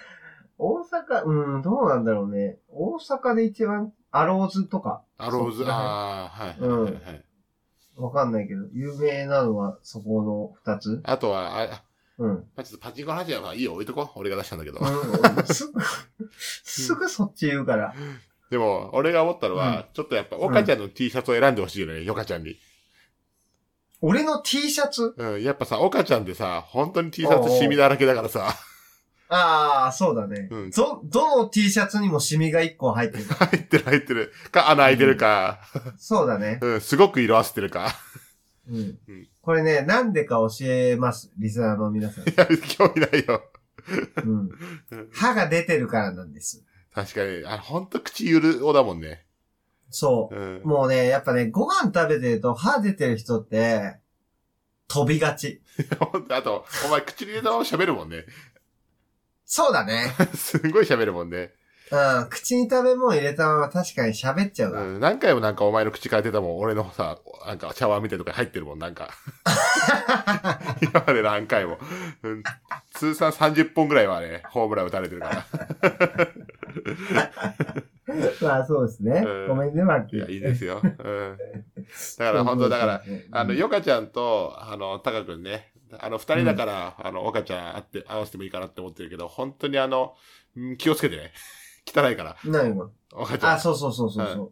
Speaker 1: 大阪、うん、どうなんだろうね。大阪で一番、アローズとか、
Speaker 2: アローズ
Speaker 1: そ、う
Speaker 2: ああ、はい、
Speaker 1: うん
Speaker 2: はいはいはい。
Speaker 1: わかんないけど、有名なのはそこの二つ
Speaker 2: あとは、ああ、
Speaker 1: うん。うん
Speaker 2: まあ、ちょっとパチンコの話はまあいいよ、置いとこう。俺が出したんだけど。
Speaker 1: すぐ、すぐそっち言うから。
Speaker 2: でも、俺が思ったのは、ちょっとやっぱ、岡ちゃんの T シャツを選んでほしいよね、ヨカちゃんに。
Speaker 1: 俺の T シャツ
Speaker 2: うん、やっぱさ、岡ちゃんってさ、本当に T シャツシミだらけだからさ、
Speaker 1: ああ、そうだね。
Speaker 2: うん
Speaker 1: ど、どの T シャツにもシミが一個入ってる。
Speaker 2: 入ってる入ってる。か、穴開いてるか、
Speaker 1: そうだね。
Speaker 2: うん、すごく色あせてるか。
Speaker 1: うん
Speaker 2: うん。
Speaker 1: これね、なんでか教えます。リスナーの皆さん。
Speaker 2: いや、興味ないよ。
Speaker 1: うん。歯が出てるからなんです。
Speaker 2: 確かに、あ、ほんと口ゆるおだもんね。
Speaker 1: そうう。
Speaker 2: ん。
Speaker 1: もうね、やっぱね、ご飯食べてると歯出てる人って、飛びがち。
Speaker 2: ほんとあと、お前口に入れたまま喋るもんね。
Speaker 1: そうだね。
Speaker 2: すんごい喋るもんね。
Speaker 1: うん。口に食べ物入れたまま確かに喋っちゃう
Speaker 2: う
Speaker 1: わ。
Speaker 2: ん、何回もなんかお前の口から出たもん、俺のさ、なんかシャワーみたいなとこに入ってるもん、なん か。今まで何回も。うん、通算30本ぐらいはね、ホームラン打たれてるか
Speaker 1: まあそうですね
Speaker 2: うん。
Speaker 1: ごめんね、マッキ
Speaker 2: ら。いや、
Speaker 1: ー。
Speaker 2: いいですよ。うん。だから本当だから、あの、ヨカちゃんと、あの、タカくんね、あの、二人だから、あの、岡ちゃん会って、会わせてもいいかなって思ってるけど、本当にあの、うん気をつけてね。汚いから。
Speaker 1: 何が
Speaker 2: 分かっちゃ
Speaker 1: あ、そうそうそうそうそう、
Speaker 2: は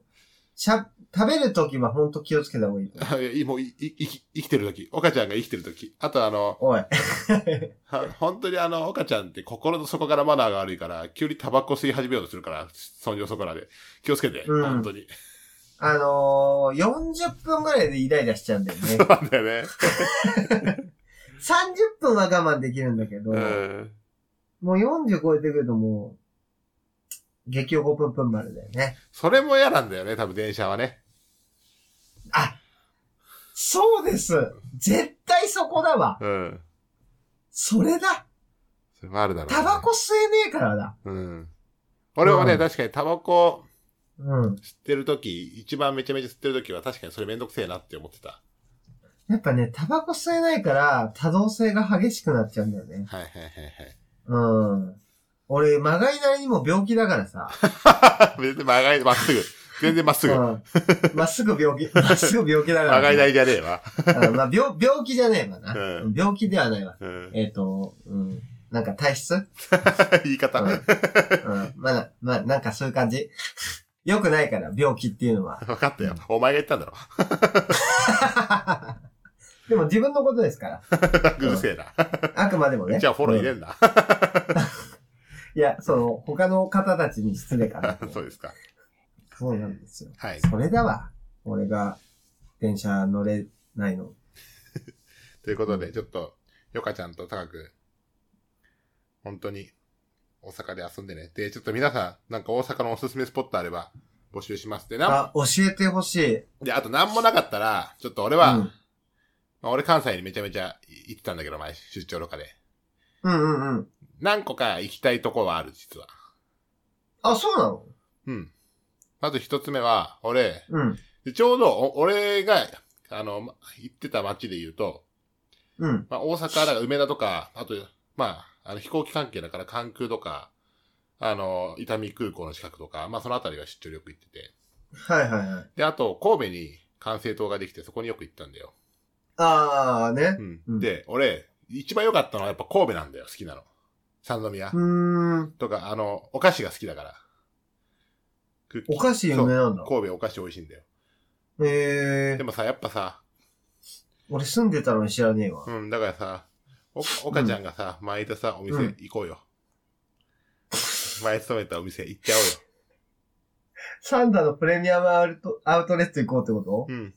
Speaker 1: しゃ、食べるときはほんと気をつけた方がいいと思う。
Speaker 2: う。 いやもういい生き生きてる時岡ちゃんが生きてる時あとあの、
Speaker 1: おい。
Speaker 2: は本当にあの、岡ちゃんって心の底からマナーが悪いから、急にタバコ吸い始めようとするから、そんじょそこらで。気をつけて、
Speaker 1: うん
Speaker 2: 本当に。
Speaker 1: あのー、40分ぐらいでイライラしちゃうんだよね
Speaker 2: そ。うなんだよね。
Speaker 1: 30分は我慢できるんだけど、
Speaker 2: うん。
Speaker 1: もう40超えてくるともう、激おこぷんぷん丸だよね。
Speaker 2: それも嫌なんだよね、多分電車はね。
Speaker 1: あそうです絶対そこだわ
Speaker 2: うん。
Speaker 1: それだ
Speaker 2: それもあるだろう、ね。
Speaker 1: タバコ吸えねえからだ
Speaker 2: うん。俺もね、
Speaker 1: うん
Speaker 2: 確かにタバコ
Speaker 1: うん。
Speaker 2: 吸ってる時、一番めちゃめちゃ吸ってる時は確かにそれめんどくせえなって思ってた。
Speaker 1: やっぱね、タバコ吸えないから、多動性が激しくなっちゃうんだよね。
Speaker 2: はいはいは
Speaker 1: うん。俺、まがいなりにも病気だから さ。
Speaker 2: いはい。全然曲がり、まっすぐ。全然まっすぐ。
Speaker 1: う
Speaker 2: 曲
Speaker 1: ん。まっすぐ 病気、まっすぐ病気だから。
Speaker 2: がり
Speaker 1: り。
Speaker 2: 台じゃねえわ。
Speaker 1: まあ、病、病気じゃねえわな。
Speaker 2: う
Speaker 1: 病気ではないわ。
Speaker 2: うん。
Speaker 1: えっ、と、うん。なんか体質
Speaker 2: 言い方。
Speaker 1: うん
Speaker 2: わ
Speaker 1: うん。まあ、まあ、なんかそういう感じ。 良くないから、病気っていうのは。
Speaker 2: かったよ。お前が言ったんだろ。
Speaker 1: でも自分のことですから。
Speaker 2: うるせえな。
Speaker 1: あくまでもね。
Speaker 2: じゃあフォロー入れ
Speaker 1: うん
Speaker 2: んな。
Speaker 1: いや、その、他の方たちに失礼かな。
Speaker 2: そうですか。
Speaker 1: そうなんですよ。
Speaker 2: はい。
Speaker 1: それだわ。俺が、電車乗れないの。
Speaker 2: ということで、ちょっと、ヨカちゃんと高く、本当に、大阪で遊んでね。で、ちょっと皆さん、なんか大阪のおすすめスポットあれば、募集します。で、なん
Speaker 1: あ、教えてほしい。
Speaker 2: で、あと何もなかったら、ちょっと俺は、
Speaker 1: うん。
Speaker 2: まあ俺関西にめちゃめちゃ行ってたんだけど、前、出張とかで。
Speaker 1: うんうんうん。
Speaker 2: 何個か行きたいとこはある、実は。
Speaker 1: あ、そうなの
Speaker 2: うん。まず一つ目は、俺、
Speaker 1: うん。
Speaker 2: でちょうどお、俺が、あの、ま行ってた街で言うと、
Speaker 1: うん。
Speaker 2: まあ、大阪、だから梅田とか、あと、まあ、あの飛行機関係だから関空とか、あの、伊丹空港の近くとか、まあそのあたりは出張でよく行ってて。
Speaker 1: はいはいはい。
Speaker 2: で、あと、神戸に管制塔ができて、そこによく行ったんだよ。
Speaker 1: あーね。
Speaker 2: うん、で、俺、一番良かったのはやっぱ神戸なんだよ、好きなの。三
Speaker 1: う
Speaker 2: 宮
Speaker 1: ーん。
Speaker 2: とか、あの、お菓子が好きだから。クッキー
Speaker 1: お菓子有名なんだ
Speaker 2: そう神戸お菓子美味しいんだよ。
Speaker 1: え
Speaker 2: で
Speaker 1: ー。
Speaker 2: もさ、やっぱさ、
Speaker 1: 俺住んでたのに知らねえわ。
Speaker 2: うん、だからさ、お、岡ちゃんがさ、前田さ、お店
Speaker 1: うん
Speaker 2: 行こうよ。前勤めたお店行っちゃ
Speaker 1: サンダのプレミアムアウトアウトレット行こうってこと
Speaker 2: おうよ。うん、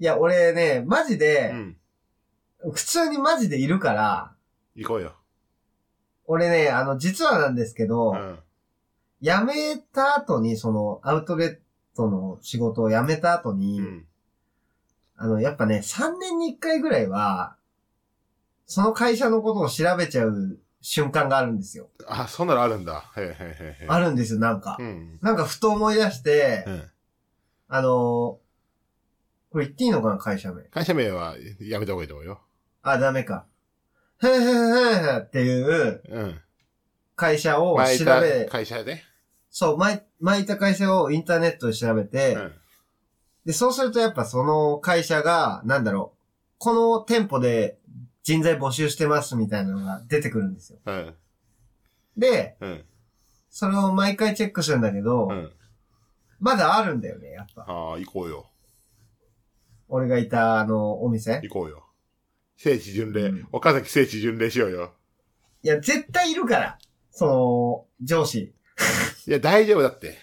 Speaker 1: いや、俺ね、マジ
Speaker 2: う
Speaker 1: で、
Speaker 2: ん、
Speaker 1: 普通にマジでいるから、
Speaker 2: 行こうよ。
Speaker 1: 俺ね、あの、実はなんですけど、
Speaker 2: うん、
Speaker 1: 辞めた後に、その、アウトレットの仕事を辞めた後に、
Speaker 2: うん、
Speaker 1: あの、やっぱね、3年に1回ぐらいは、その会社のことを調べちゃう瞬間があるんですよ。
Speaker 2: あ、そんなのあるんだ。へえへえへえ。
Speaker 1: あるんですよ、なんか。
Speaker 2: うん、
Speaker 1: なんか、ふと思い出して、
Speaker 2: うん。
Speaker 1: あのーこれ言っていいのかな、会社名。
Speaker 2: 会社名はやめた方がいいと思うよ。
Speaker 1: あ、ダメか。ふんふんふんふんっていう
Speaker 2: うん。
Speaker 1: 会社を
Speaker 2: 前
Speaker 1: 調
Speaker 2: 田
Speaker 1: べ、
Speaker 2: 会社で。
Speaker 1: そう、前、前いた会社をインターネットで調べて、
Speaker 2: うん。
Speaker 1: で、そうするとやっぱその会社が、なんだろう、この店舗で人材募集してますみたいなのが出てくるんですよ。
Speaker 2: うん、
Speaker 1: で、
Speaker 2: うん、
Speaker 1: それを毎回チェックするんだけど、
Speaker 2: うん。
Speaker 1: まだあるんだよね、やっぱ。
Speaker 2: ああ、行こうよ。
Speaker 1: 俺がいた、あの、お店。
Speaker 2: 行こうよ。聖地巡礼。
Speaker 1: うん
Speaker 2: 岡崎聖地巡礼しようよ。
Speaker 1: いや、絶対いるから。その、上司。
Speaker 2: いや、大丈夫だって。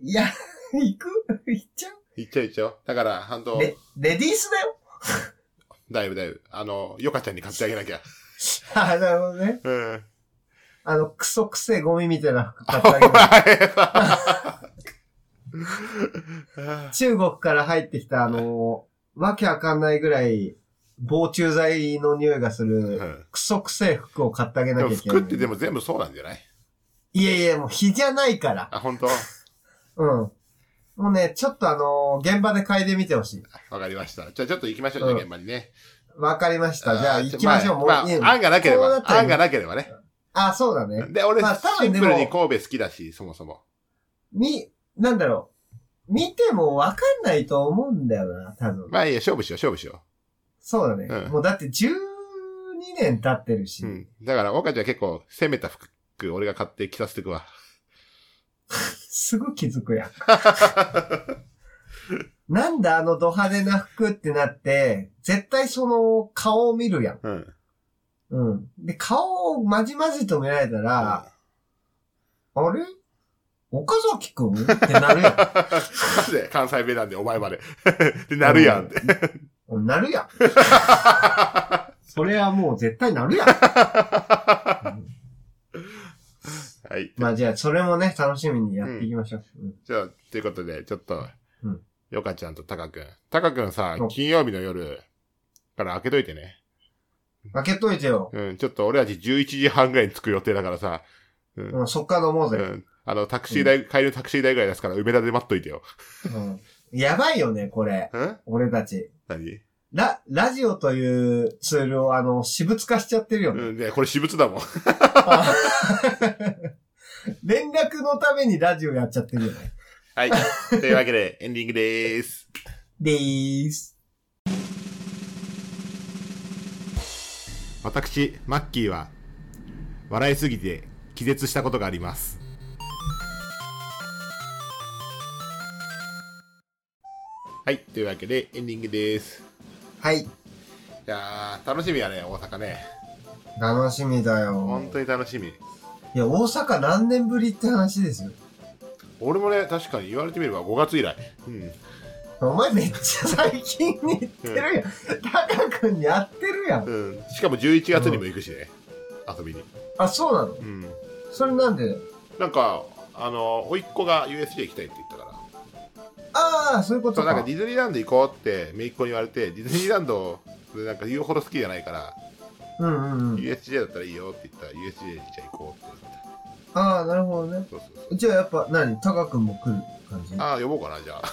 Speaker 1: いや、 行く行っちゃう
Speaker 2: 行っちゃう行っちゃう。だから、半島、
Speaker 1: レ、レディースだよ
Speaker 2: だいぶだいぶ。あの、ヨカちゃんに買ってあげなきゃ。
Speaker 1: あ、なるほどね。
Speaker 2: うん。
Speaker 1: あの、クソくせえゴミみたいな服買ってあげ
Speaker 2: お
Speaker 1: る
Speaker 2: 前さ
Speaker 1: 中国から入ってきた、あの、わけわかんないぐらい、防虫剤の匂いがす
Speaker 2: う
Speaker 1: る、
Speaker 2: ん
Speaker 1: クソくせえ服を買ってあげ
Speaker 2: で
Speaker 1: な
Speaker 2: も
Speaker 1: きゃいけない。
Speaker 2: 服ってでも全部そうなんじゃない
Speaker 1: いやいや、もう日じゃないから。
Speaker 2: あ、本当
Speaker 1: うん。もうね、ちょっとあの現場で嗅いでみてほしい。
Speaker 2: わかりました。じゃあちょっと行きましょう、じゃあ
Speaker 1: うん
Speaker 2: 現場にね。
Speaker 1: わかりました。じゃあ
Speaker 2: ー
Speaker 1: 行きましょう。もう、
Speaker 2: まあ、
Speaker 1: いい
Speaker 2: まあ案がなけれ
Speaker 1: こうな
Speaker 2: ば
Speaker 1: っ、たら
Speaker 2: 案がなければね。
Speaker 1: あ、そうだね。
Speaker 2: で、俺、
Speaker 1: まあ多
Speaker 2: シ
Speaker 1: 分
Speaker 2: ン
Speaker 1: で
Speaker 2: プ
Speaker 1: も
Speaker 2: ルに神戸好きだし、そもそも。
Speaker 1: み、なんだろう。見てもわかんないと思うんだよな、多分。
Speaker 2: まあいいや、勝負しよう、勝負しよ
Speaker 1: そうだね。
Speaker 2: うん
Speaker 1: もうだって12年経ってるし。
Speaker 2: う。うん。だから、岡ちゃん結構、攻めた服、俺が買って着させてくわ。
Speaker 1: すぐ気づく やん。なんだあのド派手な服ってなって、絶対その顔を見るやん。
Speaker 2: うん。
Speaker 1: うん。で、顔をまじまじと見られたら、あれ岡崎くんってなるやん。
Speaker 2: なんで関西弁なんでお前まで。 ってなるやんって。
Speaker 1: うん。なる やん。それはもう絶対なるやん。
Speaker 2: はい。
Speaker 1: まあじゃあ、それもね、楽しみにやっていきましょう。うん
Speaker 2: じゃあ、ということで、ちょっと、
Speaker 1: うん
Speaker 2: よかちゃんとたかくん。たかくんさ
Speaker 1: お、
Speaker 2: 金曜日の夜から開けといてね。
Speaker 1: 開けといてよ。
Speaker 2: うん、ちょっと俺たち11時半ぐらいに着く予定だからさ、うん
Speaker 1: うん、そっから飲もう
Speaker 2: う
Speaker 1: ぜ。
Speaker 2: ん、あの、タクシー代、帰りのタクシー代ぐらいですから、梅田で待っといてよ。
Speaker 1: うん。やばいよね、これ。
Speaker 2: うん
Speaker 1: 俺たち。
Speaker 2: 何
Speaker 1: ラ、ラジオというツールをあの、私物化しちゃってるよね。
Speaker 2: うん、ね、これ私物だもん。
Speaker 1: 連絡のためにラジオやっちゃってるよね。
Speaker 2: はい。というわけで、エンディングでーす。
Speaker 1: でーす。
Speaker 2: 私、マッキーは、笑いすぎて気絶したことがあります。はい。というわけで、エンディングです。
Speaker 1: はい。
Speaker 2: いやー、楽しみやね、大阪ね。
Speaker 1: 楽しみだよ
Speaker 2: 本。当に楽しみ。
Speaker 1: いや、大阪何年ぶりって話ですよ。
Speaker 2: 俺もね、確かに言われてみれば5月以来。うん。
Speaker 1: お前めっちゃ最近に言ってるやん。タカ君にやってるやん。
Speaker 2: うん。しかも11月にも行くしね。遊びに。
Speaker 1: あ、そうなの
Speaker 2: うん。
Speaker 1: それなんで
Speaker 2: なんか、あの、甥っ子が USJ 行きたいって言ったから。
Speaker 1: ああ、そういうこ
Speaker 2: そ
Speaker 1: と
Speaker 2: う、なん
Speaker 1: か。
Speaker 2: かディズニーランド行こうって、めいっ子に言われて、ディズニーランド、なんか言うほど好きじゃないから、
Speaker 1: うんうんうん。
Speaker 2: USJ だったらいいよって言ったら、USJ にじゃあ行こうって言って。
Speaker 1: ああ、なるほどね。
Speaker 2: そうそうそう。
Speaker 1: じゃあやっぱ何、タカ君も来る感じ
Speaker 2: ああ、呼ぼうかな、じゃあ。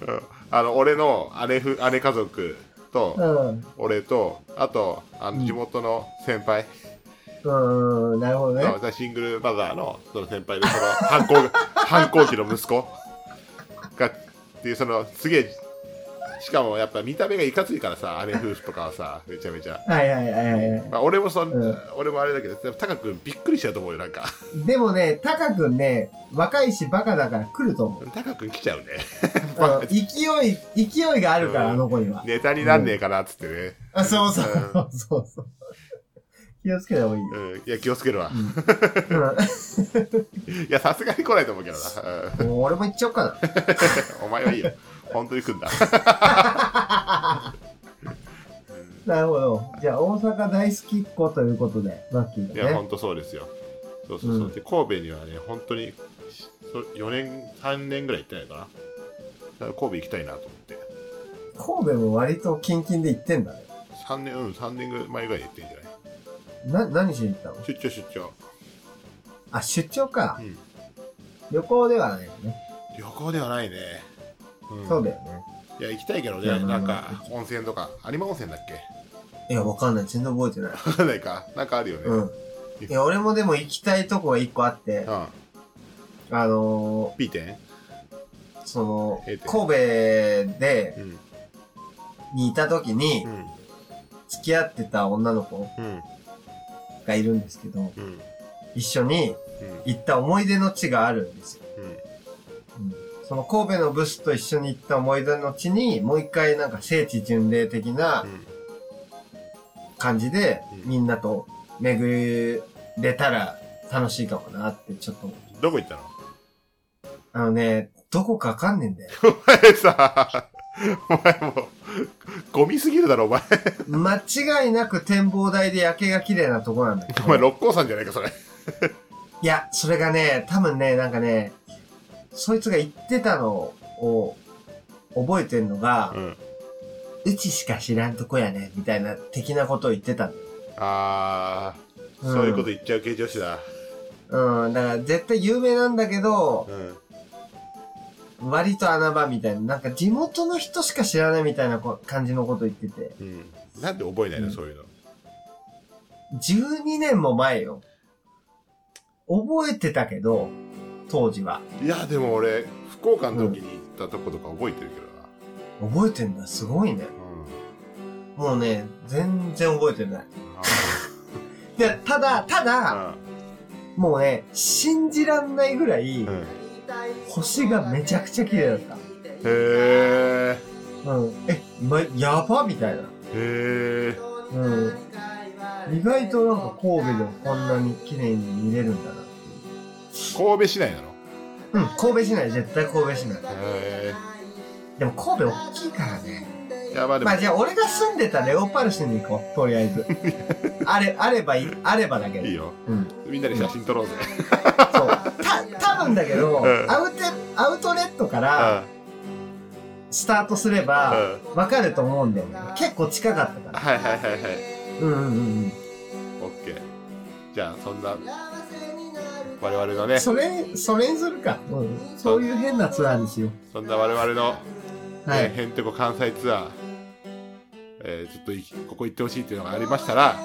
Speaker 2: うんあの、俺の姉ふ、姉家族と、
Speaker 1: うん。
Speaker 2: 俺とあとあ
Speaker 1: う
Speaker 2: の
Speaker 1: ん
Speaker 2: 地元の先輩、
Speaker 1: うーん、なるほど
Speaker 2: そ
Speaker 1: ね。
Speaker 2: う私シングルマザーのその先輩でその反抗 反抗期の息子がっていうそのすげえしかもやっぱ見た目がいかついからさ姉夫婦とかはさめちゃめちゃ、
Speaker 1: はいはいはいはい。
Speaker 2: まあ、俺もそ、ん
Speaker 1: うん
Speaker 2: 俺もあれだけどタカ君びっくりしちゃうと思うよなんか
Speaker 1: でもね、タカ君ね、若いしバカだから来ると 思う。
Speaker 2: タカ君来ちゃうね
Speaker 1: うん勢い、勢いがあるから、
Speaker 2: うん
Speaker 1: あの子には。
Speaker 2: ネタになんねえかなっつってね、
Speaker 1: あ、そうそうそうそうそう。気をつけた方がいいよ。
Speaker 2: うんいや気をつけるわ、
Speaker 1: う
Speaker 2: いやさすがに来ないと思うけどな、うん
Speaker 1: ん。もう俺も行っちゃおうか
Speaker 2: お前はいいよ本当に来んだ
Speaker 1: な。なるほど。じゃあ、大阪大好きっ子ということで、マッキー
Speaker 2: いや、
Speaker 1: がね。
Speaker 2: 本当そうですよ。そうそうそう。
Speaker 1: うん
Speaker 2: で、神戸にはね、本当にそ4年、3年ぐらい行ってないかな。だから神戸行きたいなと思って。
Speaker 1: 神戸も割とキンキンで行ってんだね。
Speaker 2: 3年、うん、3年ぐらい前ぐらいに行ってんじゃない
Speaker 1: な、何しに行ったの
Speaker 2: 出張、出張。
Speaker 1: あ、出張か
Speaker 2: う。ん。
Speaker 1: 旅行ではないよね。
Speaker 2: 旅行ではないね。うん、
Speaker 1: そうだよね。
Speaker 2: いや、行きたいけど
Speaker 1: いや
Speaker 2: ね、
Speaker 1: ま
Speaker 2: な
Speaker 1: あ
Speaker 2: ん
Speaker 1: まあ
Speaker 2: か、温泉とか、有馬温泉だっけ
Speaker 1: いや、わかんない。全然覚えてない。
Speaker 2: わかんないか。なんかあるよね。
Speaker 1: うん。いや、俺もでも行きたいとこが一個あって、
Speaker 2: うん。
Speaker 1: あの
Speaker 2: P 点
Speaker 1: ー、その
Speaker 2: ええ、と
Speaker 1: 神戸で、
Speaker 2: うん。
Speaker 1: にいた時に
Speaker 2: う、ん。
Speaker 1: 付き合ってた女の子
Speaker 2: うん。
Speaker 1: がいるんですけど、
Speaker 2: うん。うん。
Speaker 1: 一緒に行った思い出の地があるんですよ。
Speaker 2: うん。
Speaker 1: うんその神戸のブスと一緒に行った思い出の地に、もう一回なんか聖地巡礼的な
Speaker 2: うん。
Speaker 1: 感じで、
Speaker 2: うん
Speaker 1: みんなと巡れたら楽しいかもなって、ちょっと、
Speaker 2: どこ行ったの
Speaker 1: あのね、どこかわかんねえんだ よ。
Speaker 2: お前さ、お前もう、ゴミすぎるだろ、 お前。
Speaker 1: 間違いなく展望台で夜景が綺麗なとこなんだけど
Speaker 2: お前、六甲山じゃないか、それ。
Speaker 1: いや、それがね、多分ね、なんかね、そいつが言ってたのを覚えてんのが、
Speaker 2: うん。
Speaker 1: うちしか知らんとこやね、みたいな的なことを言ってたの。
Speaker 2: あー、
Speaker 1: うん
Speaker 2: そういうこと言っちゃう系女子だ。
Speaker 1: うん、だから絶対有名なんだけど
Speaker 2: う、ん。
Speaker 1: 割と穴場みたいな、なんか地元の人しか知らないみたいなこ感じのこと言ってて、
Speaker 2: うん。なんで覚えないの、
Speaker 1: うん
Speaker 2: そういうの。
Speaker 1: 12年も前よ。覚えてたけど、当時は。
Speaker 2: いや、でも俺、福岡の時に行ったとことか覚えてるけどな。
Speaker 1: 覚えてんだ、すごいね。もうね、全然覚えてない。
Speaker 2: うん。
Speaker 1: いや、ただ、ただ、
Speaker 2: あ
Speaker 1: もうね、信じらんないぐらい、
Speaker 2: うん、へ
Speaker 1: 星がめちゃくちゃ綺麗だった。
Speaker 2: え
Speaker 1: うん。え、ま、やばみたいな。
Speaker 2: へえ
Speaker 1: うん。意外となんか神戸でもこんなに綺麗に見れるんだな。
Speaker 2: 神戸市内なの
Speaker 1: うん、神戸市内、絶対神戸市内。
Speaker 2: へ
Speaker 1: でも神戸大きいからね。
Speaker 2: えやばいでも
Speaker 1: まあじゃあ俺が住んでたレオパルシェに行こう、とりあえ ず。あれ、あればいい、あればだけど。
Speaker 2: いいよ
Speaker 1: うん。
Speaker 2: みんなで写真撮ろうぜ
Speaker 1: そう。た、多分だけど、
Speaker 2: うん
Speaker 1: アウテ、アウトレットから
Speaker 2: う
Speaker 1: スタートすれ
Speaker 2: ん
Speaker 1: ば、
Speaker 2: うん
Speaker 1: わかると思うんだよね。結構近かったから。
Speaker 2: はいはいはいはい
Speaker 1: うんうんうん
Speaker 2: オッケーじゃあそんな我々のね
Speaker 1: うん。それ、それにするか。うん。そういう変なツアーにしよ
Speaker 2: そんな我々の
Speaker 1: う。は
Speaker 2: え
Speaker 1: い
Speaker 2: ー。へんてこ関西ツアー、えー、ちょっといここ行ってほしいっていうのがありましたら、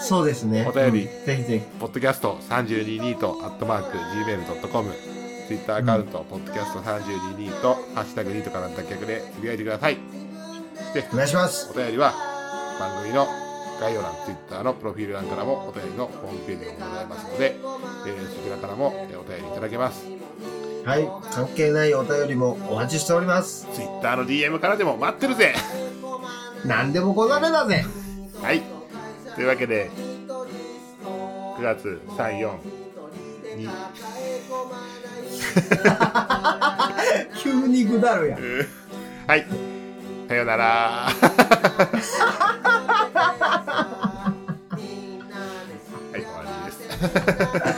Speaker 1: そうですね。
Speaker 2: お便り
Speaker 1: うんぜひぜ
Speaker 2: ポッドキャスト322ニートアットマーク Gmail.com、ツイッターアカウント、ポッドキャスト322ニート、ハッシュタグニートからの脱却でつぶやいてください。で
Speaker 1: ひ。、お願いします。
Speaker 2: お便りは番組の概要欄、ツイッターのプロフィール欄からもお便りのホームページがございますので、えーそちらからもえーお便りいただけます。
Speaker 1: はい。関係ないお便りもお待ちしております。
Speaker 2: ツイッターの DM からでも待ってるぜ
Speaker 1: 何でもござれだ ぜ。
Speaker 2: はい。というわけで、9月3、4、2、
Speaker 1: 急にぐだるやん。
Speaker 2: はい。さようなら。はい、終わりです。